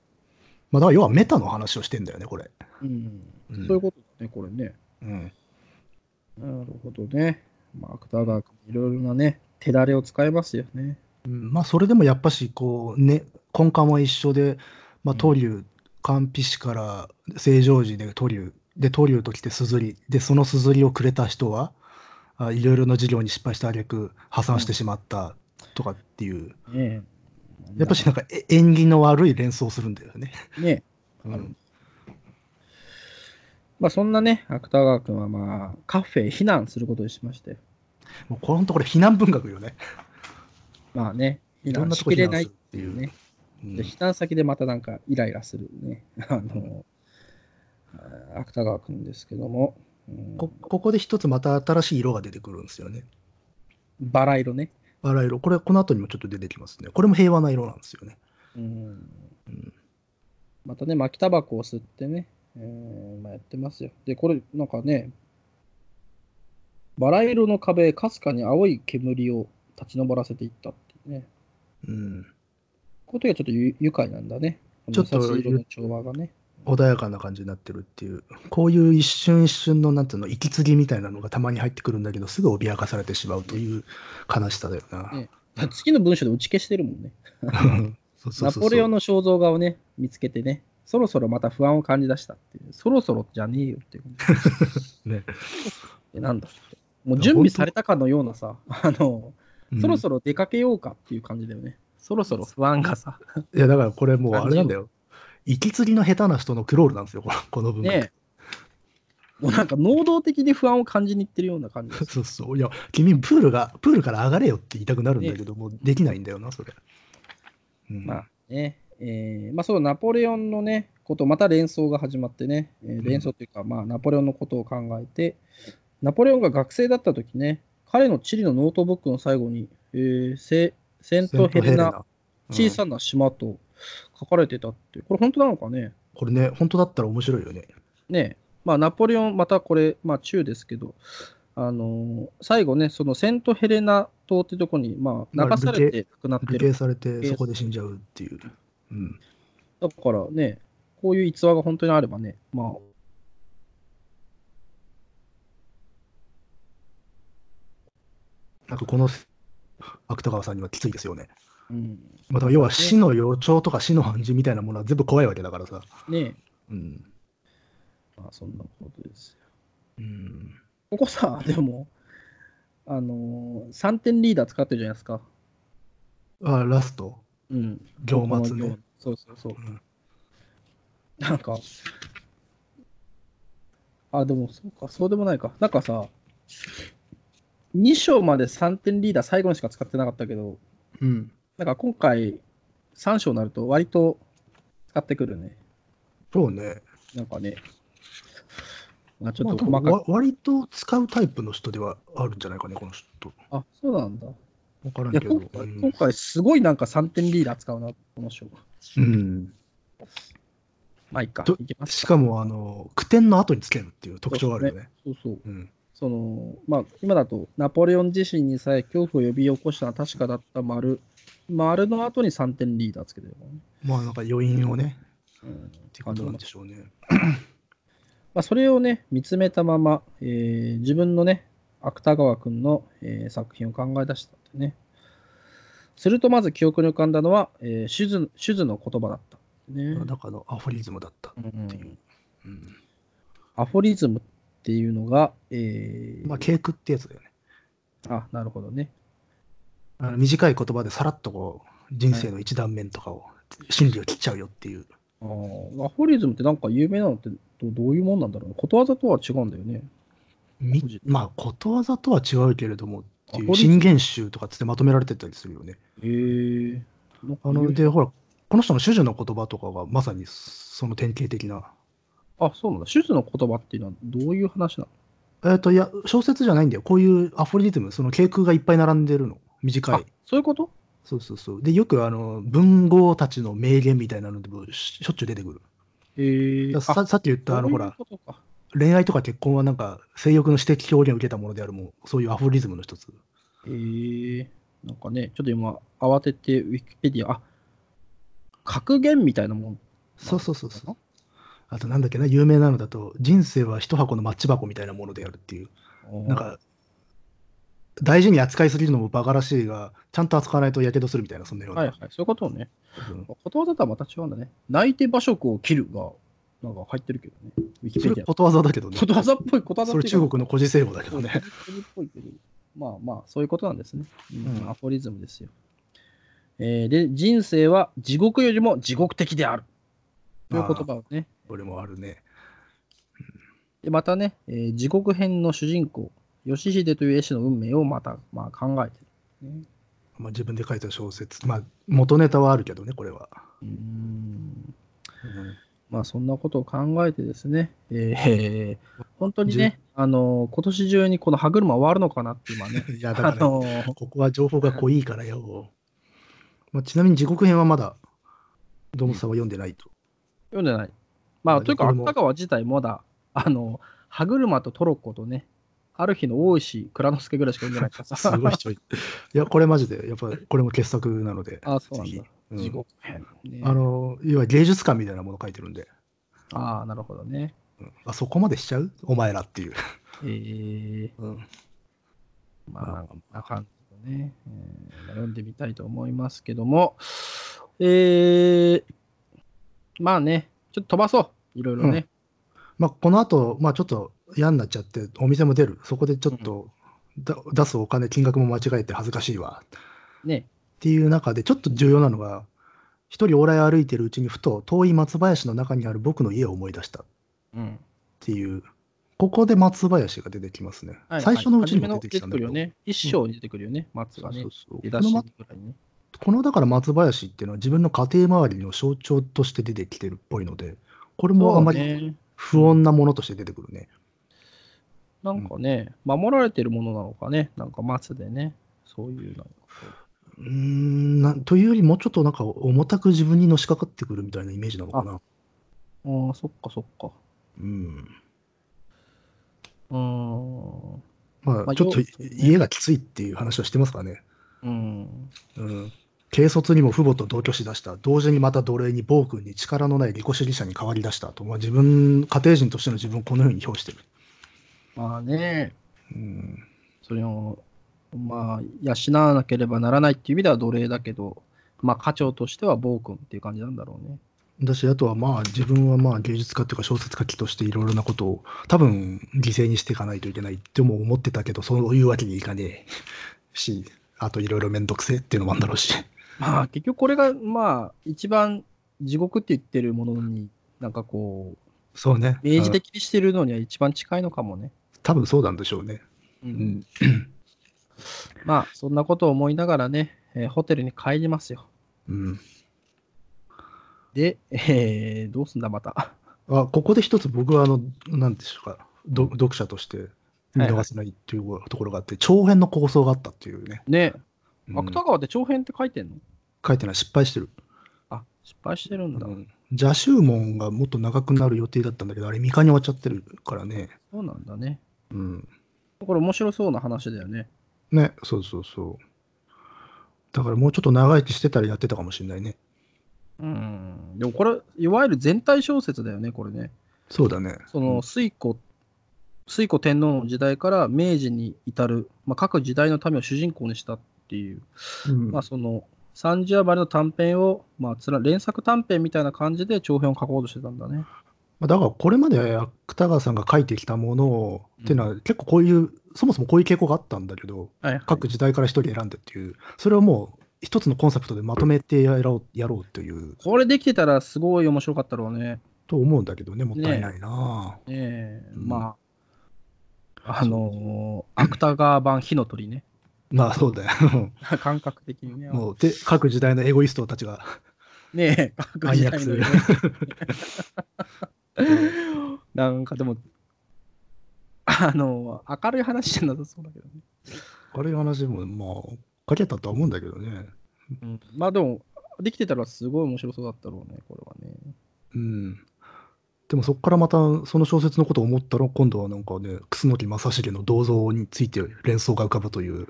S2: まあだから要はメタの話をしてんだよね、これ。
S1: うん
S2: うん
S1: そういうことだね、これね。
S2: うん。
S1: なるほどね。まあ、アクターダークもいろいろなね、手だれを使いますよね。
S2: うんまあそれでもやっぱし、こう、ね、根幹は一緒で、まあ
S1: うん
S2: 東流、寛筆師から正常寺で東流、で東流と来て硯、でその硯をくれた人は、あいろいろな事業に失敗した挙句破産してしまったとかっていう、
S1: ねえ
S2: やっぱしなんかえ縁起の悪い連想するんだよね。
S1: ね、
S2: うん
S1: うんまあそんなね、芥川君はまあカフェへ避難することにしまして、
S2: もうこのところ避難文学よね。
S1: まあね、避
S2: いろん
S1: 難
S2: な
S1: し
S2: とこ
S1: き
S2: 避
S1: れ
S2: 難
S1: ない
S2: す
S1: っ
S2: るって
S1: て
S2: い。
S1: いううね、
S2: うん
S1: で避難先でまたなんかイライラするね、 [laughs] あの、あー芥川君ですけども、うん
S2: こここで一つまた新しい色が出てくるんですよね。
S1: バラ色ね。
S2: バラ色。これ、この後にもちょっと出てきますね。これも平和な色なんですよね。
S1: うん
S2: うん
S1: またね、巻きタバコを吸ってね、えーまあ、やってますよ。で、これ、なんかね、バラ色の壁、かすかに青い煙を立ち上らせていったっていうね。
S2: うん、
S1: こういう時はちょっとゆ愉快なんだね。
S2: ちょっと
S1: この優しい色の調和がね。
S2: 穏やかな感じになってるっていう。こういう一瞬一瞬の、なんていうの、息継ぎみたいなのがたまに入ってくるんだけど、すぐ脅かされてしまうという悲しさだよな。
S1: ね次の文章で打ち消してるもんね。
S2: [laughs] そうそうそう
S1: ナ
S2: そう
S1: ポレオンの肖像画をね、見つけてね、そろそろまた不安を感じ出したっていう。そろそろじゃねえよっていう感じ。
S2: [laughs] ね
S1: えなんだってもう準備されたかのようなさ、あの、そろそろ出かけようかっていう感じだよね。そろそろ不安がさ。
S2: うんいや、だからこれもうあれなんだよ。息継ぎの下手な人のクロールなんですよ、このこの文学。
S1: ねえ。もうなんか能動的に不安を感じに行ってるような感じです。
S2: そうそう。いや、君、プールが、プールから上がれよって言いたくなるんだけど、もうできないんだよな、それ。うん
S1: まあね、えーまあ、そのナポレオンのね、こと、また連想が始まってね、えー
S2: ん
S1: 連想というか、まあ、ナポレオンのことを考えて、ナポレオンが学生だった時ね、彼の地理のノートブックの最後に、えーセセントヘレナ、小
S2: な。
S1: さな島と書かれてたって、これ本当なのかね
S2: これね、本当だったら面白いよね。
S1: ねえ、まあ、ナポレオン、またこれ、まあ、中ですけど、あのー最後ね、そのセントヘレナ島ってとこに、ま
S2: ま
S1: あ、
S2: あ
S1: 流されて亡くなって
S2: 流
S1: る。
S2: 刑されて、
S1: 刑
S2: そこで死んじゃうっていう。うん。
S1: だからね、こういう逸話が本当にあればね、まあ、
S2: なんかこの芥川さんにはきついですよね。
S1: うん、
S2: まあ、だから要は死の予兆とか死の暗示みたいなものは全部怖いわけだからさ。
S1: ね
S2: うん。
S1: まあ、そんなことですよ。
S2: うん、
S1: ここさ、 [laughs] でも、あのー、3点リーダー使ってるじゃないですか。
S2: あ、ラスト。
S1: うん。
S2: 行末ね。
S1: そうそうそう
S2: う。ん
S1: [laughs] なんか、あ、でもそうか、そうでもないか。なんかさ、2章まで3点リーダー最後にしか使ってなかったけど、
S2: うん。
S1: なんか今回3章になると割と使ってくるね。
S2: そうね。
S1: なんかね。まあ、ち
S2: ち
S1: ょ
S2: ょ
S1: っ
S2: っ
S1: と
S2: と、
S1: 細か
S2: わ
S1: く。
S2: 割と使うタイプの人ではあるんじゃないかね、この人。
S1: あ、そうなんだ。
S2: わからん
S1: いや
S2: けど。
S1: 今
S2: う
S1: 回、
S2: ん
S1: 今回すごいなんか3点リーダー使うな、この章。
S2: うん。
S1: まあいいか
S2: ど、
S1: いきます
S2: しかも、あの、句点の後につけるっていう特徴があるよね。
S1: そうそう。
S2: うん。
S1: その、まあ今だと、ナポレオン自身にさえ恐怖を呼び起こしたのは確かだった丸。丸の後に3点リーダーつけてるからね。
S2: まあ、なんか余韻をね、
S1: うん
S2: って感じなんでしょうね。
S1: まあ、それをね、見つめたまま、えー自分のね、芥川君の、えー作品を考え出したってね。するとまず記憶に浮かんだのは、えー、シュズシュズの言葉だったってね。
S2: なんかあの、アフォリズムだった。
S1: うん
S2: っていううん。
S1: アフォリズムっていうのが、えー
S2: まあ、ケークってやつだよね。
S1: あ、なるほどね。
S2: あの短い言葉でさらっとこう、人生の一断面とかを、心理を切っちゃうよっていう。
S1: あーアフォリズムってなんか有名なのってどどういうもんなんだろうねことわざとは違うんだよね。
S2: み
S1: そうじ
S2: まあ、ことわざとは違うけれども、ってい
S1: アフォ
S2: う、
S1: リズム
S2: 信玄集とかつってまとめられてたりするよね。
S1: へえ。
S2: あの、で、ほら、この人の主女の言葉とかがまさにその典型的な。
S1: あ、そうなんだ。シュズの言葉っていうのはどういう話なの
S2: えっ、と、いや、小説じゃないんだよ。こういうアフォリズム、その軽空がいっぱい並んでるの。短
S1: あ
S2: い。
S1: そういうこと
S2: そうそうそう。で、よくあの、文豪たちの名言みたいなのでもししょっちゅう出てくる。
S1: へえ。
S2: ださ
S1: あ
S2: さっき言った、あの、
S1: そう
S2: ほ
S1: いう
S2: ら、
S1: ことか
S2: 恋愛とか結婚はなんか性欲の私的表現を受けたものであるもそういうアフォリズムの一つ。
S1: えー、なんかね、ちょっと今、慌ててウィキペディア、あ格言みたいなもん。
S2: そうそうそうそう。あとなんだっけな、有名なのだと、人生は一箱のマッチ箱みたいなものであるっていう。なんか、大事に扱いすぎるのもバカらしいが、ちゃんと扱わないとやけどするみたいな、そんなような。
S1: はいはい、そういうことをね。
S2: うん
S1: ことわざとはまた違うんだね。泣いて馬食を切るが、なんか入ってるけどね。ウィキ
S2: そ
S1: ペ
S2: れ
S1: ディ
S2: ことわざだけど
S1: ア。
S2: ね。
S1: ことわざっぽい、ことわざっ
S2: そ
S1: ぽ
S2: れ
S1: い。
S2: 中国の孤児聖語だけどね。
S1: っぽいけど。まあまあ、そういうことなんですね。うん
S2: うん
S1: アフォリズムですよ。えーで、人生は地獄よりも地獄的である。という言葉をね。
S2: これもあるね。
S1: で、またね、えー地獄編の主人公、義秀という絵師の運命をまた、まあ、考えてる、ね。
S2: まあ、自分で書いた小説。まあ、元ネタはあるけどね、これは。
S1: うーんまあそんなことを考えてですね、えーえー本当にね、あのー今年中にこの歯車終わるのかなって今ね、
S2: い [laughs] や、だ
S1: あ
S2: から、
S1: のー
S2: ここは情報が濃いからよ。まあ、ちなみに地獄編はまだ、どもさんは読んでないと。
S1: [laughs] 読んでない。まあというか、
S2: これも
S1: 芥川自体まだ、 [laughs] あのー歯車とトロッコとね、ある日の大石蔵之介ぐらいしか読んでないから
S2: [laughs] す
S1: さ、
S2: ごいちょい。いや、これマジで、やっぱこれも傑作なので、
S1: [laughs] あそうなん
S2: ぜ
S1: だ
S2: ひ。うん
S1: 地獄編、ね。
S2: あの、いわゆる芸術館みたいなもの書いてるんで、
S1: ああ、なるほどね。
S2: うんあそこまでしちゃうお前らっていう。
S1: えー、
S2: うん
S1: まあ、なんかな感じでね、えー読んでみたいと思いますけども、えー、まあね、ちょっと飛ばそう、いろいろね。
S2: まあ、この後、まあちょっと嫌になっちゃって、お店も出る。そこでちょっと、だ出すお金、金額も間違えて恥ずかしいわ。
S1: ね、
S2: っていう中で、ちょっと重要なのが、一人往来歩いてるうちにふと遠い松林の中にある僕の家を思い出したっ
S1: うん。
S2: ていう、ここで松林が出てきますね。
S1: はい
S2: 最初のうちに
S1: は
S2: も
S1: い
S2: 出てきたんだ
S1: 初めの出てくる
S2: けど、
S1: よね。一章に出てくるよね、松
S2: そ
S1: が
S2: う
S1: ね
S2: そ。うそう
S1: 出
S2: こ
S1: だ
S2: の
S1: し
S2: ま
S1: ぐらいにね。
S2: このだから松林っていうのは自分の家庭周りの象徴として出てきてるっぽいので、これもあま
S1: そう
S2: り
S1: ね
S2: 不穏なものとして出てくるね。
S1: なんかね、守られてるものなのかね、なんか松でね、そういうなんかこ
S2: うーんなんというよりもうちょっとなんか重たく自分にのしかかってくるみたいなイメージなのかな。
S1: う。ああ、そっかそっか。
S2: うん
S1: うーん。
S2: ま
S1: まあ
S2: あ、ちょっと
S1: よ
S2: 家がきついっていう話はしてますからね。
S1: うん。
S2: うん軽率にも父母と同居しだした。同時にまた奴隷に暴君に力のない利己主義者に変わりだしたと。まあ、自分、家庭人としての自分をこのように評してる。
S1: まあね、
S2: うん、
S1: それを、まあ、養わなければならないっていう意味では奴隷だけど、まあ、課長としては暴君っていう感じなんだろうね。
S2: だし、あとはまあ自分はまあ芸術家というか小説家としていろいろなことを多分犠牲にしていかないといけないっても思ってたけど、そういうわけにいかねえ [laughs] し、あといろいろめんどくせえっていうのもあるんだろうし。
S1: まあ、結局これが、まあ、一番地獄って言ってるものに、なんかこう、
S2: そうね。
S1: 明示
S2: うん
S1: 的にしてるのには一番近いのかもね。
S2: 多分そうなんでしょうね。
S1: う
S2: うんん。
S1: まあ、そんなことを思いながらね、えーホテルに帰りますよ。
S2: うん、
S1: で、えーどうすんだ、また。
S2: あここで一つ僕はあの、なんでしょうか、ど読者として見逃せないというところがあって、長編の構想があったっていうね。
S1: ね、
S2: うん
S1: 芥川って長編って書いてんの
S2: 書いてない、失敗してる。
S1: あ、失敗してるんだ。
S2: うん邪宗門がもっと長くなる予定だったんだけど、あれ、未完に終わっちゃってるからね。
S1: そうなんだね。
S2: うん、
S1: これ面白そうな話だよね。
S2: ね、そうそうそう。だからもうちょっと長生きしてたらやってたかもしれないね。
S1: うんでもこれ、いわゆる全体小説だよね、これね。
S2: そうだね。
S1: その水戸、水戸天皇の時代から明治に至る、まあ、各時代の民を主人公にしたっていう、
S2: うん、
S1: まあ、その30余りの短編を、まあ、つら連作短編みたいな感じで長編を書こうとしてたんだね。
S2: まあだからこれまで芥川さんが書いてきたものを、
S1: うん
S2: っていうのは結構こういうそもそもこういう傾向があったんだけど
S1: はいはい、
S2: 各時代から一人選んでっていうそれをもう一つのコンセプトでまとめてやろうやろうという
S1: これできてたらすごい面白かったろうね。
S2: と思うんだけどねもったいないな
S1: ねえ
S2: うん
S1: まあ、あのー芥川版火の鳥 [laughs] ね。
S2: あまあそうだよ
S1: 感覚的にね。
S2: [laughs] もうで各時代のエゴイストたちが
S1: ねえ、各時代の
S2: 暗躍
S1: [laughs] なんかでも、あの、明るい話じゃなさそうだけどね。
S2: あれ話もまあ書けたとは思うんだけどね
S1: まあでも、できてたらすごい面白そうだったろうね、これはね。
S2: うんでもそこからまたその小説のことを思ったら今度はなんかね楠木正成の銅像について連想が浮かぶという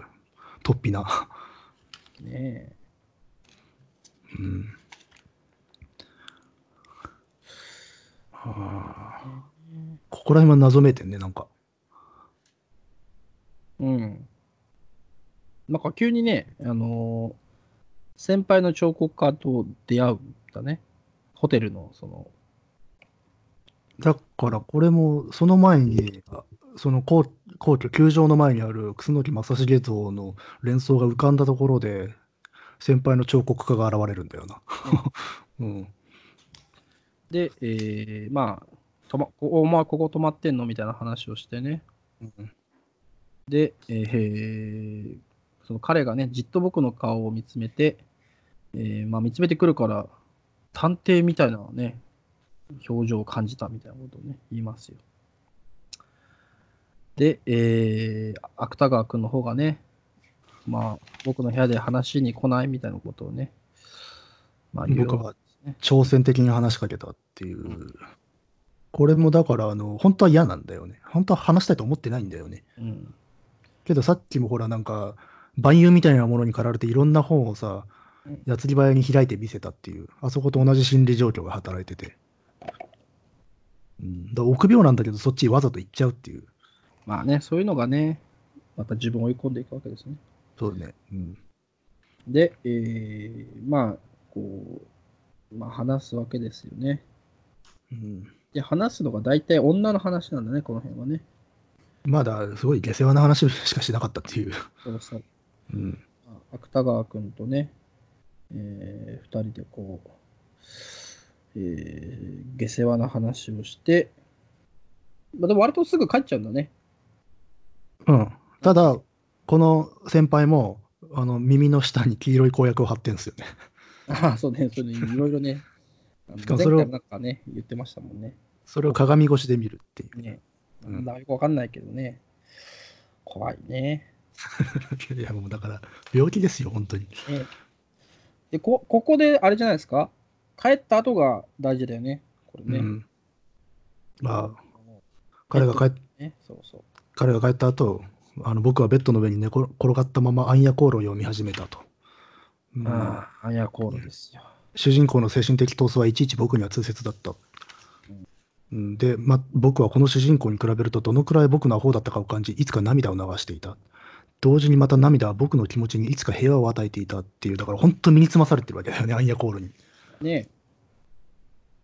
S2: 突飛な、
S1: ねえ。
S2: うん、はあここら辺は謎めいてんねなんか
S1: うん。なんか急にね、あのー先輩の彫刻家と出会うんだね。ホテルの、その、
S2: だからこれもその前にあその皇皇居球場の前にある楠木正成像の連想が浮かんだところで先輩の彫刻家が現れるんだよな。 [laughs] うん、
S1: で、えー、まあ、とま、こお前ここ泊まってんのみたいな話をしてね。
S2: うん
S1: で、えーへーその彼がね、じっと僕の顔を見つめて、えーまあ、見つめてくるから、探偵みたいなね、表情を感じたみたいなことをね、言いますよ。で、えー、芥川君の方がね、まあ、僕の部屋で話しに来ないみたいなことをね、まあ、言う
S2: 僕は挑戦的に話しかけたっていう、これもだからあの本当は嫌なんだよね本当は話したいと思ってないんだよね
S1: うん。
S2: けどさっきもほらなんか万有みたいなものに駆られていろんな本をさ
S1: うん
S2: やつぎ早に開いて見せたっていうあそこと同じ心理状況が働いてて、うん、だから臆病なんだけどそっちわざと行っちゃうっていう
S1: まあね、そういうのがね、また自分を追い込んでいくわけですね。
S2: そうね、うん、
S1: で、えー、まあ、こう、まあ、話すわけですよね。
S2: うん、
S1: で、話すのが大体女の話なんだね、この辺はね。
S2: まだすごい下世話な話しかしなかったっていう、
S1: そうそう。
S2: うん、
S1: まあ芥川君とね、えー、二人でこう、えー、下世話な話をして、まあ、でも割とすぐ帰っちゃうんだね。
S2: うん、ただこの先輩もあの耳の下に黄色い公約を貼ってんすよね
S1: ああ、そうね、それいろいろね。あの
S2: しかも
S1: 前
S2: それを
S1: 回もなんかね、言ってましたもんね。
S2: それを鏡越しで見るっていう
S1: ね。
S2: うん
S1: なんだよくわかんないけどね。怖いね。
S2: [laughs] いやもうだから病気ですよ本当に
S1: ええでこここであれじゃないですか帰った後が大事だよね。これね。
S2: うん、ま
S1: あ
S2: あ
S1: の
S2: 彼が帰っ
S1: ねそうそう。
S2: 彼が帰った後あの僕はベッドの上に寝こ転がったまま「暗夜航路」を読み始めたと、まあ、
S1: ああ、アヤコールですよ。
S2: 主人公の精神的闘争はいちいち僕には痛切だった
S1: うん
S2: うんで、ま、僕はこの主人公に比べるとどのくらい僕のアホだったかを感じいつか涙を流していた同時にまた涙は僕の気持ちにいつか平和を与えていたっていうだから本当身につまされてるわけだよね暗夜航路に
S1: ね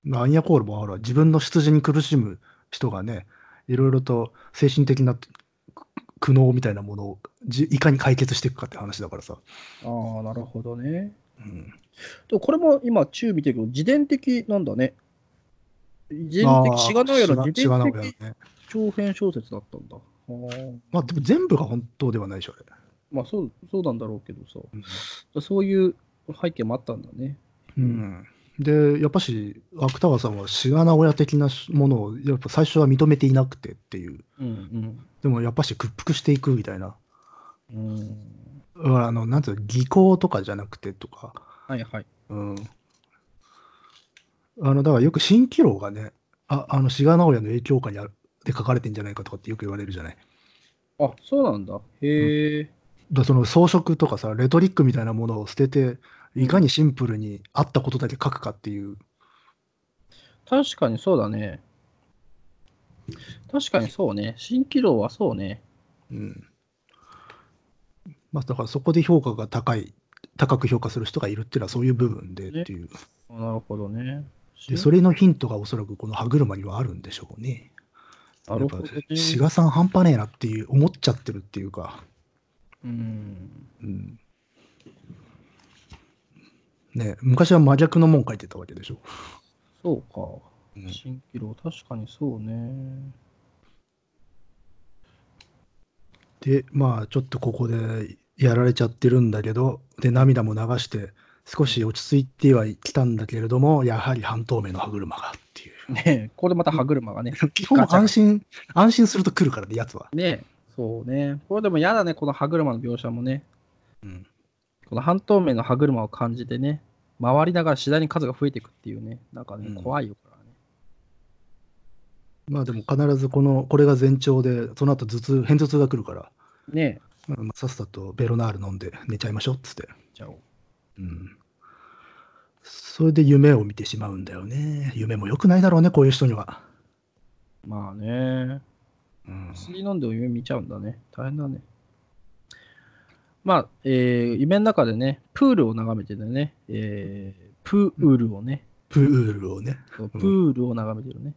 S2: まあ、アンヤコールもほら自分の出自に苦しむ人がねいろいろと精神的なく苦悩みたいなものをじいかに解決していくかって話だからさ、
S1: ああ、なるほどね。
S2: うん、
S1: でもこれも今、宙見てるけど、自伝的なんだね。自
S2: あ
S1: 伝
S2: ー
S1: 的、志賀直哉の
S2: 志
S1: 自
S2: 賀
S1: 伝
S2: 志賀直
S1: 的
S2: 哉ね
S1: 長編小説だったんだ。ああ
S2: まあでも全部が本当ではないでしょあれ、
S1: まあそう、そうなんだろうけどさ。
S2: うん
S1: そういう背景もあったんだね。
S2: うんでやっぱし芥川さんは志賀直哉的なものをやっぱ最初は認めていなくてっていう
S1: うん
S2: でもやっぱし屈服していくみたいな
S1: うん。うん。
S2: だからあのなんていうの技巧とかじゃなくてとか
S1: はいはい。
S2: うんあの、だからよく蜃気楼がね、あ、あの、志賀直哉の影響下にあるって書かれてんじゃないかとかってよく言われるじゃない。だか
S1: あ、そうなんだ。へえ。
S2: らその装飾とかさ、レトリックみたいなものを捨てて、いかにシンプルにあったことだけ書くかっていう。
S1: 確かにそうだね。確かにそうね。蜃気楼はそうね。
S2: うん。まあ、だからそこで評価が高い、高く評価する人がいるっていうのはそういう部分でっていう。
S1: あなるほどね。
S2: で、それのヒントがおそらくこの歯車にはあるんでしょうね。
S1: なるほどね
S2: やっぱ志賀さん半端ねえなっていう、思っちゃってるっていうか。
S1: うん。
S2: うんねえ昔は真逆のもん書いてたわけでしょ。
S1: そうか。
S2: うん
S1: 蜃気楼、確かにそうね。 [laughs]
S2: でまあちょっとここでやられちゃってるんだけどで涙も流して少し落ち着いてはきたんだけれどもやはり半透明の歯車がってい
S1: ねえこれまた歯車がね。
S2: う基本安心安心すると来るからねやつは、
S1: ねえそうね。これでも嫌だね、この歯車の描写もね。
S2: うん、
S1: この半透明の歯車を感じてね、回りながら次第に数が増えていくっていうね、なんかね、
S2: うん
S1: 怖いよ、これはね。
S2: まあでも必ずこの、これが前兆で、その後頭痛、偏頭痛が来るから、
S1: ね
S2: まあさっさとベロナール飲んで寝ちゃいましょうっつって。
S1: え、じゃあ、
S2: うん。それで夢を見てしまうんだよね。夢も良くないだろうね、こういう人には。
S1: まあね、
S2: うん、
S1: 薬飲んでお夢見ちゃうんだね。大変だね。まあ、えー、夢の中でね、プールを眺めてるね、えー、プールをね、
S2: プールをね。
S1: そうプールを眺めてるね。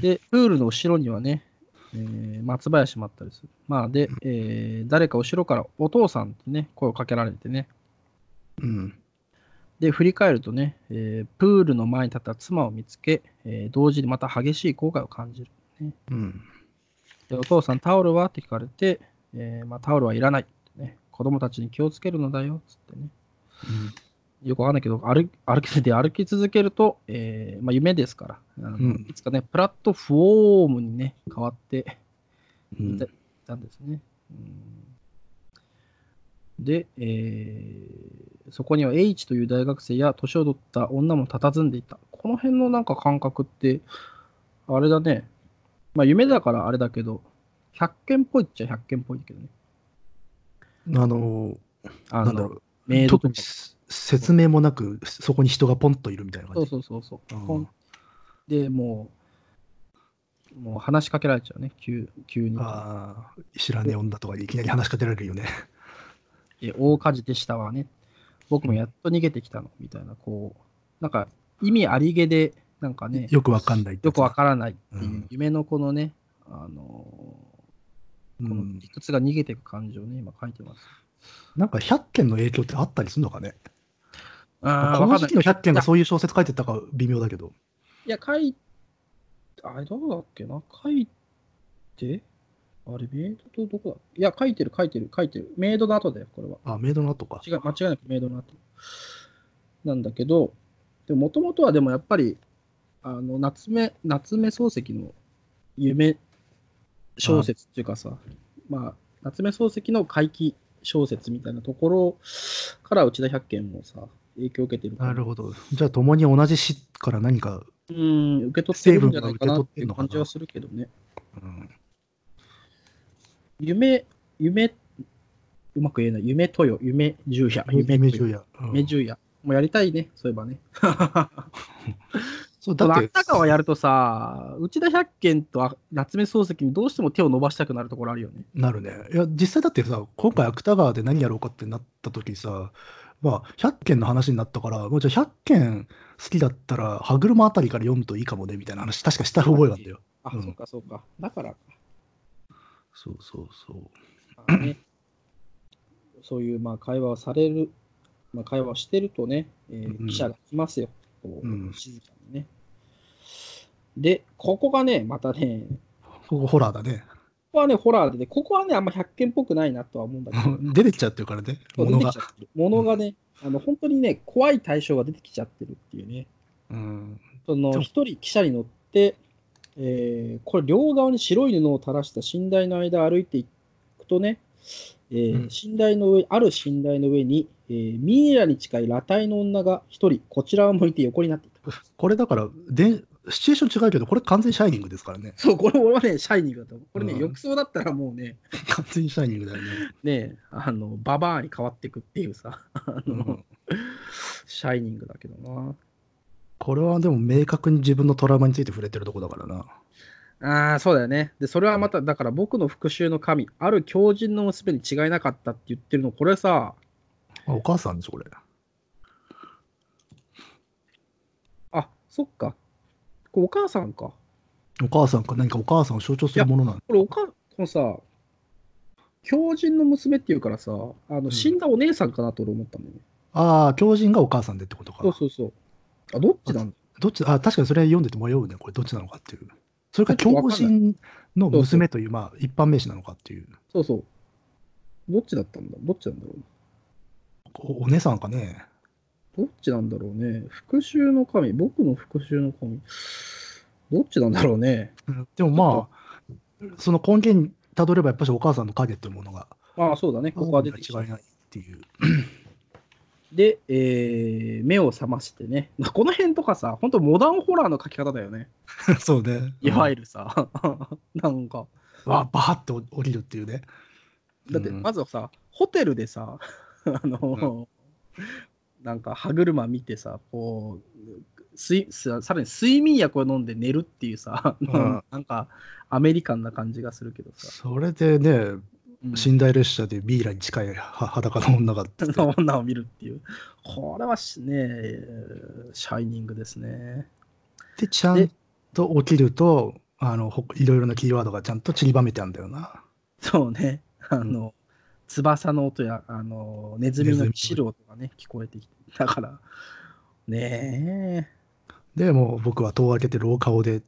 S1: で、プールの後ろにはね、えー松林もあったりする。まあ、で、えー誰か後ろからお父さんってね、声をかけられてね。
S2: うん。
S1: で、振り返るとね、えープールの前に立った妻を見つけ、えー同時にまた激しい後悔を感じる。
S2: うん。
S1: で、お父さん、タオルはって聞かれて、えーまあ、タオルはいらないってね。子供たちに気をつけるのだよ、つってね。よくわかんないけど、歩歩き [laughs] で歩き続けると、えーまあ、夢ですから、あの
S2: うん
S1: いつかね、プラットフォームにね、変わって
S2: う
S1: い
S2: ん。
S1: た,、んですね。うんで、えーそこには H という大学生や年を取った女も佇んでいた。この辺のなんか感覚って、あれだね、まあ、夢だからあれだけど、100件っぽいっちゃ100件っぽいけどね。
S2: うんあの
S1: あ
S2: なんだろ
S1: メ
S2: う。
S1: イド
S2: 特
S1: と
S2: に
S1: か
S2: せ説明もなく、そこに人がポンといるみたいな
S1: そ
S2: 感
S1: う
S2: じ。
S1: そうそうそう。
S2: うん
S1: ポンで、もう、もう話しかけられちゃうね、急急に。
S2: ああ、知らねえ女とかにいきなり話しかけられるよね。
S1: え大火事でしたわね。僕もやっと逃げてきたの、みたいな、こう、なんか意味ありげで、なんかね、
S2: よくわかんないって
S1: よ
S2: やつ
S1: くわからないって
S2: う、
S1: いうん夢のこのね、あのーこ
S2: う
S1: の
S2: ん
S1: 理屈が逃げていく感じをね、今書いてます。
S2: なんか100件の影響ってあったりするのかね。
S1: あーわ
S2: この
S1: かんな
S2: 時
S1: い
S2: 期の100件がそういう小説書いてたか微妙だけど。
S1: いや、書い、あれ、どうだっけな書いて、あれ、メイドとどこだいや、書いてる、書いてる、書いてる。メイドの後だよ、これは。
S2: あ、メイドの後か。
S1: 違う間違いなくメイドの後なんだけど、でもともとはでもやっぱり、あの夏目、夏目漱石の夢小説っていうかさ、まあ、夏目漱石の怪奇小説みたいなところから内田百軒もさ、影響を受けてるから
S2: なるほど。じゃあ、共に同じ詩から何か、
S1: うん、受け取ってるんじゃないかなっていう
S2: 成分が受け取ってんのか
S1: 感
S2: な
S1: じはするけどね。
S2: うん、
S1: 夢、夢、うまく言えない。夢とよ、夢十夜、
S2: 夢
S1: 十夜
S2: 中や。うん
S1: 夢十夜。もうやりたいね、そういえばね。
S2: そう
S1: だ
S2: だ
S1: っ
S2: ってて、
S1: 中川やるとさ、内田百軒とあ夏目漱石にどうしても手を伸ばしたくなるところあるよね。
S2: なるね。いや、実際だってさ、今回芥川で何やろうかってなった時さ、まあ、100件の話になったから、もうじゃあ100件好きだったら、歯車あたりから読むといいかもねみたいな話、確かした覚えがあったよ。
S1: あ、
S2: うん
S1: そうかそうか。だからか、
S2: そうそうそう。
S1: まあ
S2: [laughs]
S1: ね、そういうまあ会話をされる、まあ、会話をしてるとね、えー
S2: うん
S1: 記者が来ますよ、こう
S2: うん
S1: 静かにね。で、ここがね、またね、
S2: ここホラーだね。 [laughs]
S1: ここはね、ホラーでね、ここはね、あんま百軒っぽくないなとは思うんだけど、
S2: [laughs] 出てっちゃってるからね、も
S1: 出
S2: の
S1: て
S2: が
S1: きちゃ。ってる。ものがね、あの本当にね、怖い対象が出てきちゃってるっていうね。
S2: うん。
S1: そ
S2: ち
S1: の
S2: ょ
S1: 一人記者に乗って、えーこれ両側に白い布を垂らした寝台の間を歩いていくとね、えー
S2: うん
S1: 寝台の上ある寝台の上に、えーミイラに近い裸体の女が一人こちらを向いて横になってい
S2: [laughs]
S1: た。
S2: これだからで、シチュエーション違うけど、これ完全にシャイニングですからね。 [laughs]
S1: そう、これ俺はね、シャイニングだと思う。これね、
S2: うん
S1: 浴槽だったらもうね、
S2: 完全にシャイニングだよね。
S1: ねあのババアに変わっていくっていうさ、あ
S2: う
S1: の
S2: ん
S1: シャイニングだけどな。
S2: これはでも明確に自分のトラウマについて触れてるとこだからな。
S1: ああ、そうだよね。で、それはまた、だから僕の復讐の神、ある狂人の娘に違いなかったって言ってるの、これさ、
S2: あお母さんでしょ、これ。
S1: あ、そっか。これお母さんか。
S2: お母さんか、何かお母さんを象徴するものなん
S1: これおか、このさ、狂人の娘っていうからさ、あの
S2: ん
S1: 死んだお姉さんかなと俺思ったんだよね。
S2: ああ、狂人がお母さんでってことか。
S1: そうそうそう。あ、どっちなんだ
S2: どっちあ確かにそれ読んでて迷うね、これどっちなのかっていう。それから狂人の娘という、まあ、一般名詞なのかっていう。
S1: そうそう。どっちだったんだどっちなんだろう
S2: おお姉さんかね。
S1: どっちなんだろうね。復讐の神、僕の復讐の神。どっちなんだろうね。
S2: でもまあ、その根源にたどれば、やっぱりお母さんの影というものが、
S1: ああ、そうだね。ここは出てきた
S2: 違い。ないっていう。
S1: で、えー目を覚ましてね、この辺とかさ、本当モダンホラーの書き方だよね。
S2: [laughs] そうね。
S1: いわゆ
S2: る。
S1: るさ、 [laughs] なんか。
S2: わ、バーって降りるっていうね。
S1: だって
S2: うん
S1: まずはさ、ホテルでさ [laughs] あの、なんか歯車見てさこう睡ささらに睡眠薬を飲んで寝るっていうさ、
S2: ん
S1: なんかアメリカンな感じがするけどさ、
S2: それでね、
S1: うん
S2: 寝台列車でビーラに近いは裸の女がって言って
S1: の女を見るっていうこれはしねえーシャイニングですね
S2: で、ちゃんと起きると、あの、ほいろいろなキーワードがちゃんと散りばめてあるんだよな。
S1: そうねあの、翼の音やあのネズミの汁音がね聞こえてきてだからねえ
S2: で、もう僕は戸を開けて廊下をで、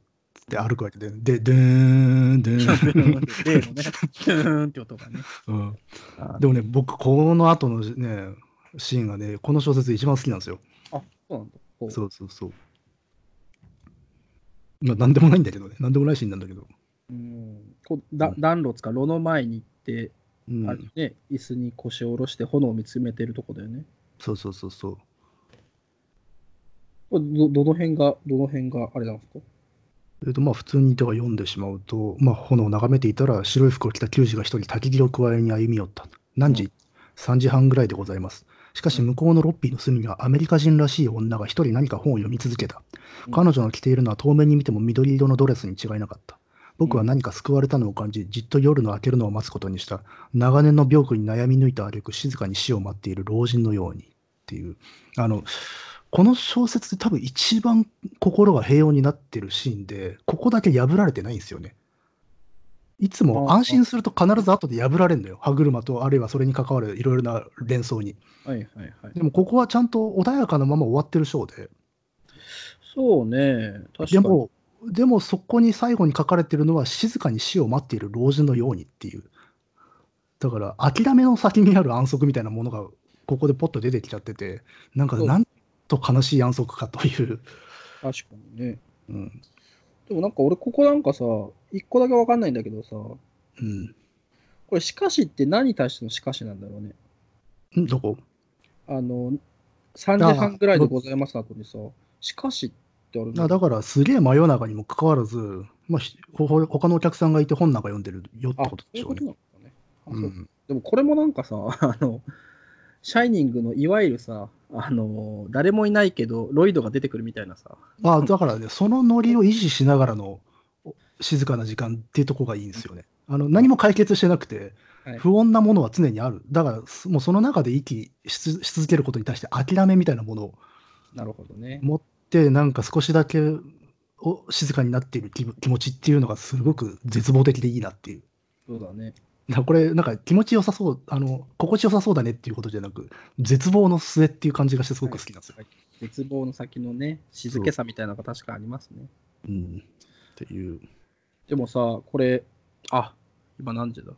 S2: で歩くわけで、で、でーん、
S1: [laughs]
S2: で
S1: 例の
S2: ー
S1: ね、
S2: ん。
S1: ドゥーンって音がね。
S2: うん
S1: あ
S2: でもね、僕、この後のね、シーンがね、この小説一番好きなんですよ。
S1: あ、そうなんだ。こう
S2: そうそうそう。まあ、なんでもないんだけどね。なんでもないシーンなんだけど。
S1: うんこうだ
S2: うん
S1: 暖炉つか炉の前に行って、
S2: うん
S1: あれね、椅子に腰を下ろして炎を見つめてるとこだよね。
S2: そうそうそうそう。
S1: これどどの辺が、どの辺があれなんですか
S2: えっと、まあ、普通に手が読んでしまうと、まあ、炎を眺めていたら、白い服を着た球児が一人、焚き火を加えに歩み寄った。何時、?3 時半ぐらいでございます。しかし、向こうのロッピーの隅にはアメリカ人らしい女が一人何か本を読み続けた
S1: うん。
S2: 彼女の着ているのは遠目に見ても緑色のドレスに違いなかった。僕は何か救われたのを感じ、じっと夜の明けるのを待つことにした。長年の病苦に悩み抜いた挙句、静かに死を待っている老人のように。っていう。あの、この小説で多分一番心が平穏になってるシーンで、ここだけ破られてないんですよね。いつ
S1: あ
S2: も
S1: あ
S2: 安心すると必ず後で破られるんだよ。歯車と、あるいはそれに関わるいろいろな連想に。
S1: はいはいはい。
S2: でもここはちゃんと穏やかなまま終わってる章で。
S1: そうね、確
S2: で
S1: かに。
S2: も、でもそこに最後に書かれてるのは静かに死を待っている老人のようにっていう。だから諦めの先にある安息みたいなものがここでポッと出てきちゃってて、なんか
S1: そう
S2: なんと悲しい安息かという。
S1: 確かにね。
S2: うん。
S1: でもなんか俺、ここなんかさ、一個だけわかんないんだけどさ、こ
S2: うん。
S1: れ、しかしって何に対してのしかしなんだろうね。
S2: んどこ
S1: あの、3時半ぐらいでございますの後にさ、しかしってあるん
S2: あだからすげえ真夜中にもかかわらず、まあ、ひほほ他のお客さんがいて本なんか読んでるよって
S1: あ、
S2: こ
S1: そ
S2: と
S1: う
S2: で
S1: い
S2: し
S1: う
S2: ょ
S1: こ
S2: う
S1: と
S2: ね。
S1: なのかね。あそううんでもこれもなんかさ、 [laughs] あの、シャイニングのいわゆるさ、あの、誰もいないけど、ロイドが出てくるみたいなさ、
S2: あだからね、そのノリを維持しながらのお静かな時間っていうとこがいいんですよね。あの何も解決してなくて
S1: はい、
S2: 不穏なものは常にある。だから、すもうその中で息しつし続けることに対して諦めみたいなものを
S1: なるほどね。
S2: 持って、なんか少しだけを静かになっている気気持ちっていうのがすごく絶望的でいいなっていう。
S1: そうだね。
S2: だからこれ、なんか気持ちよさそう、あの、心地よさそうだねっていうことじゃなく、絶望の末っていう感じがしてすごく好きなんですよ。
S1: はい絶望の先のね、静けさみたいなのが確かありますね。
S2: うん。っていう。
S1: でもさ、これ、あ、今何時だ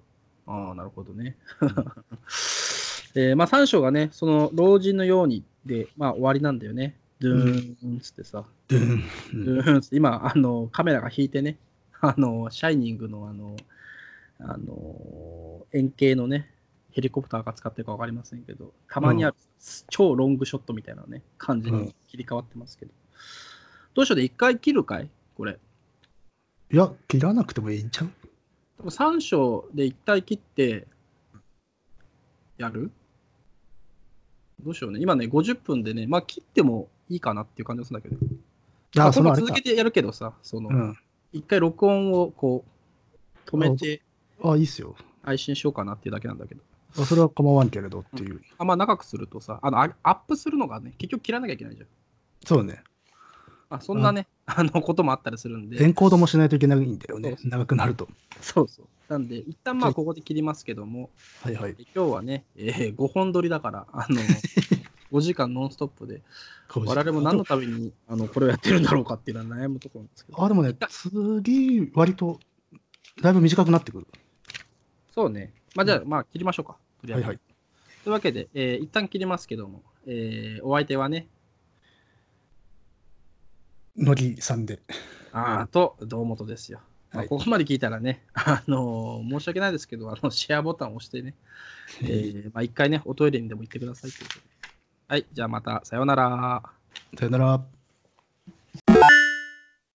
S1: ああ、なるほどね。 [laughs] えーまあ3章がね、その老人のようにで、まあ終わりなんだよね。ドゥーンっつってさ、
S2: うん。
S1: ドゥーンっつって今、あの、カメラが引いてね、あの、シャイニングのあの、あの、円形のね、ヘリコプターが使ってるか分かりませんけど、たまにある、超ロングショットみたいなね、感じに切り替わってますけど。どうしようで、一回切るかいこれ。
S2: いや、切らなくてもいいんちゃう
S1: 多分3章で一回切って、やるどうしようね。今ね、50分でね、まあ切ってもいいかなっていう感じがするんだけど。まあ
S2: その
S1: 今
S2: あれ
S1: 続
S2: か
S1: け。てやるけどさ、その、
S2: うん。
S1: 一回録音をこう止めて
S2: あ、いいっすよ。
S1: 配信しようかなっていうだけなんだけど、
S2: あそれは構わんけれどっていう。
S1: あんま長くするとさ、あのあアップするのがね、結局切らなきゃいけないじゃん。
S2: そうね。
S1: あそんなね、あのこともあったりするん
S2: エ
S1: で、
S2: ンコードもしないといけないんだよ
S1: そう
S2: ね。
S1: そ
S2: 長くなると。
S1: そうそう。なんで、一旦まあここで切りますけども、
S2: はいはい。
S1: 今日はね、え5本撮りだから、あ
S2: [laughs]
S1: の5時間ノンストップで、我々も何のためにあのこれをやってるんだろうかっていうのは悩むところなんですけど、
S2: あ、でもね、次、割と、だいぶ短くなってくる。
S1: そうね、まあじゃあ、まあ切りましょうか、とりあえ
S2: はい
S1: ず。
S2: はい。
S1: というわけで、えー一旦切りますけども、えーお相手はね、
S2: のりさんで。
S1: あーと堂本ですよ。ま
S2: は
S1: あ、
S2: い
S1: ここまで聞いたらね、 [laughs] あのー申し訳ないです
S2: [laughs]
S1: けど、あのシェアボタンを押してね、えーまあ、一回ね、おトイレにでも行ってくださいということではい、じゃあまた、さようなら。
S2: さよなら。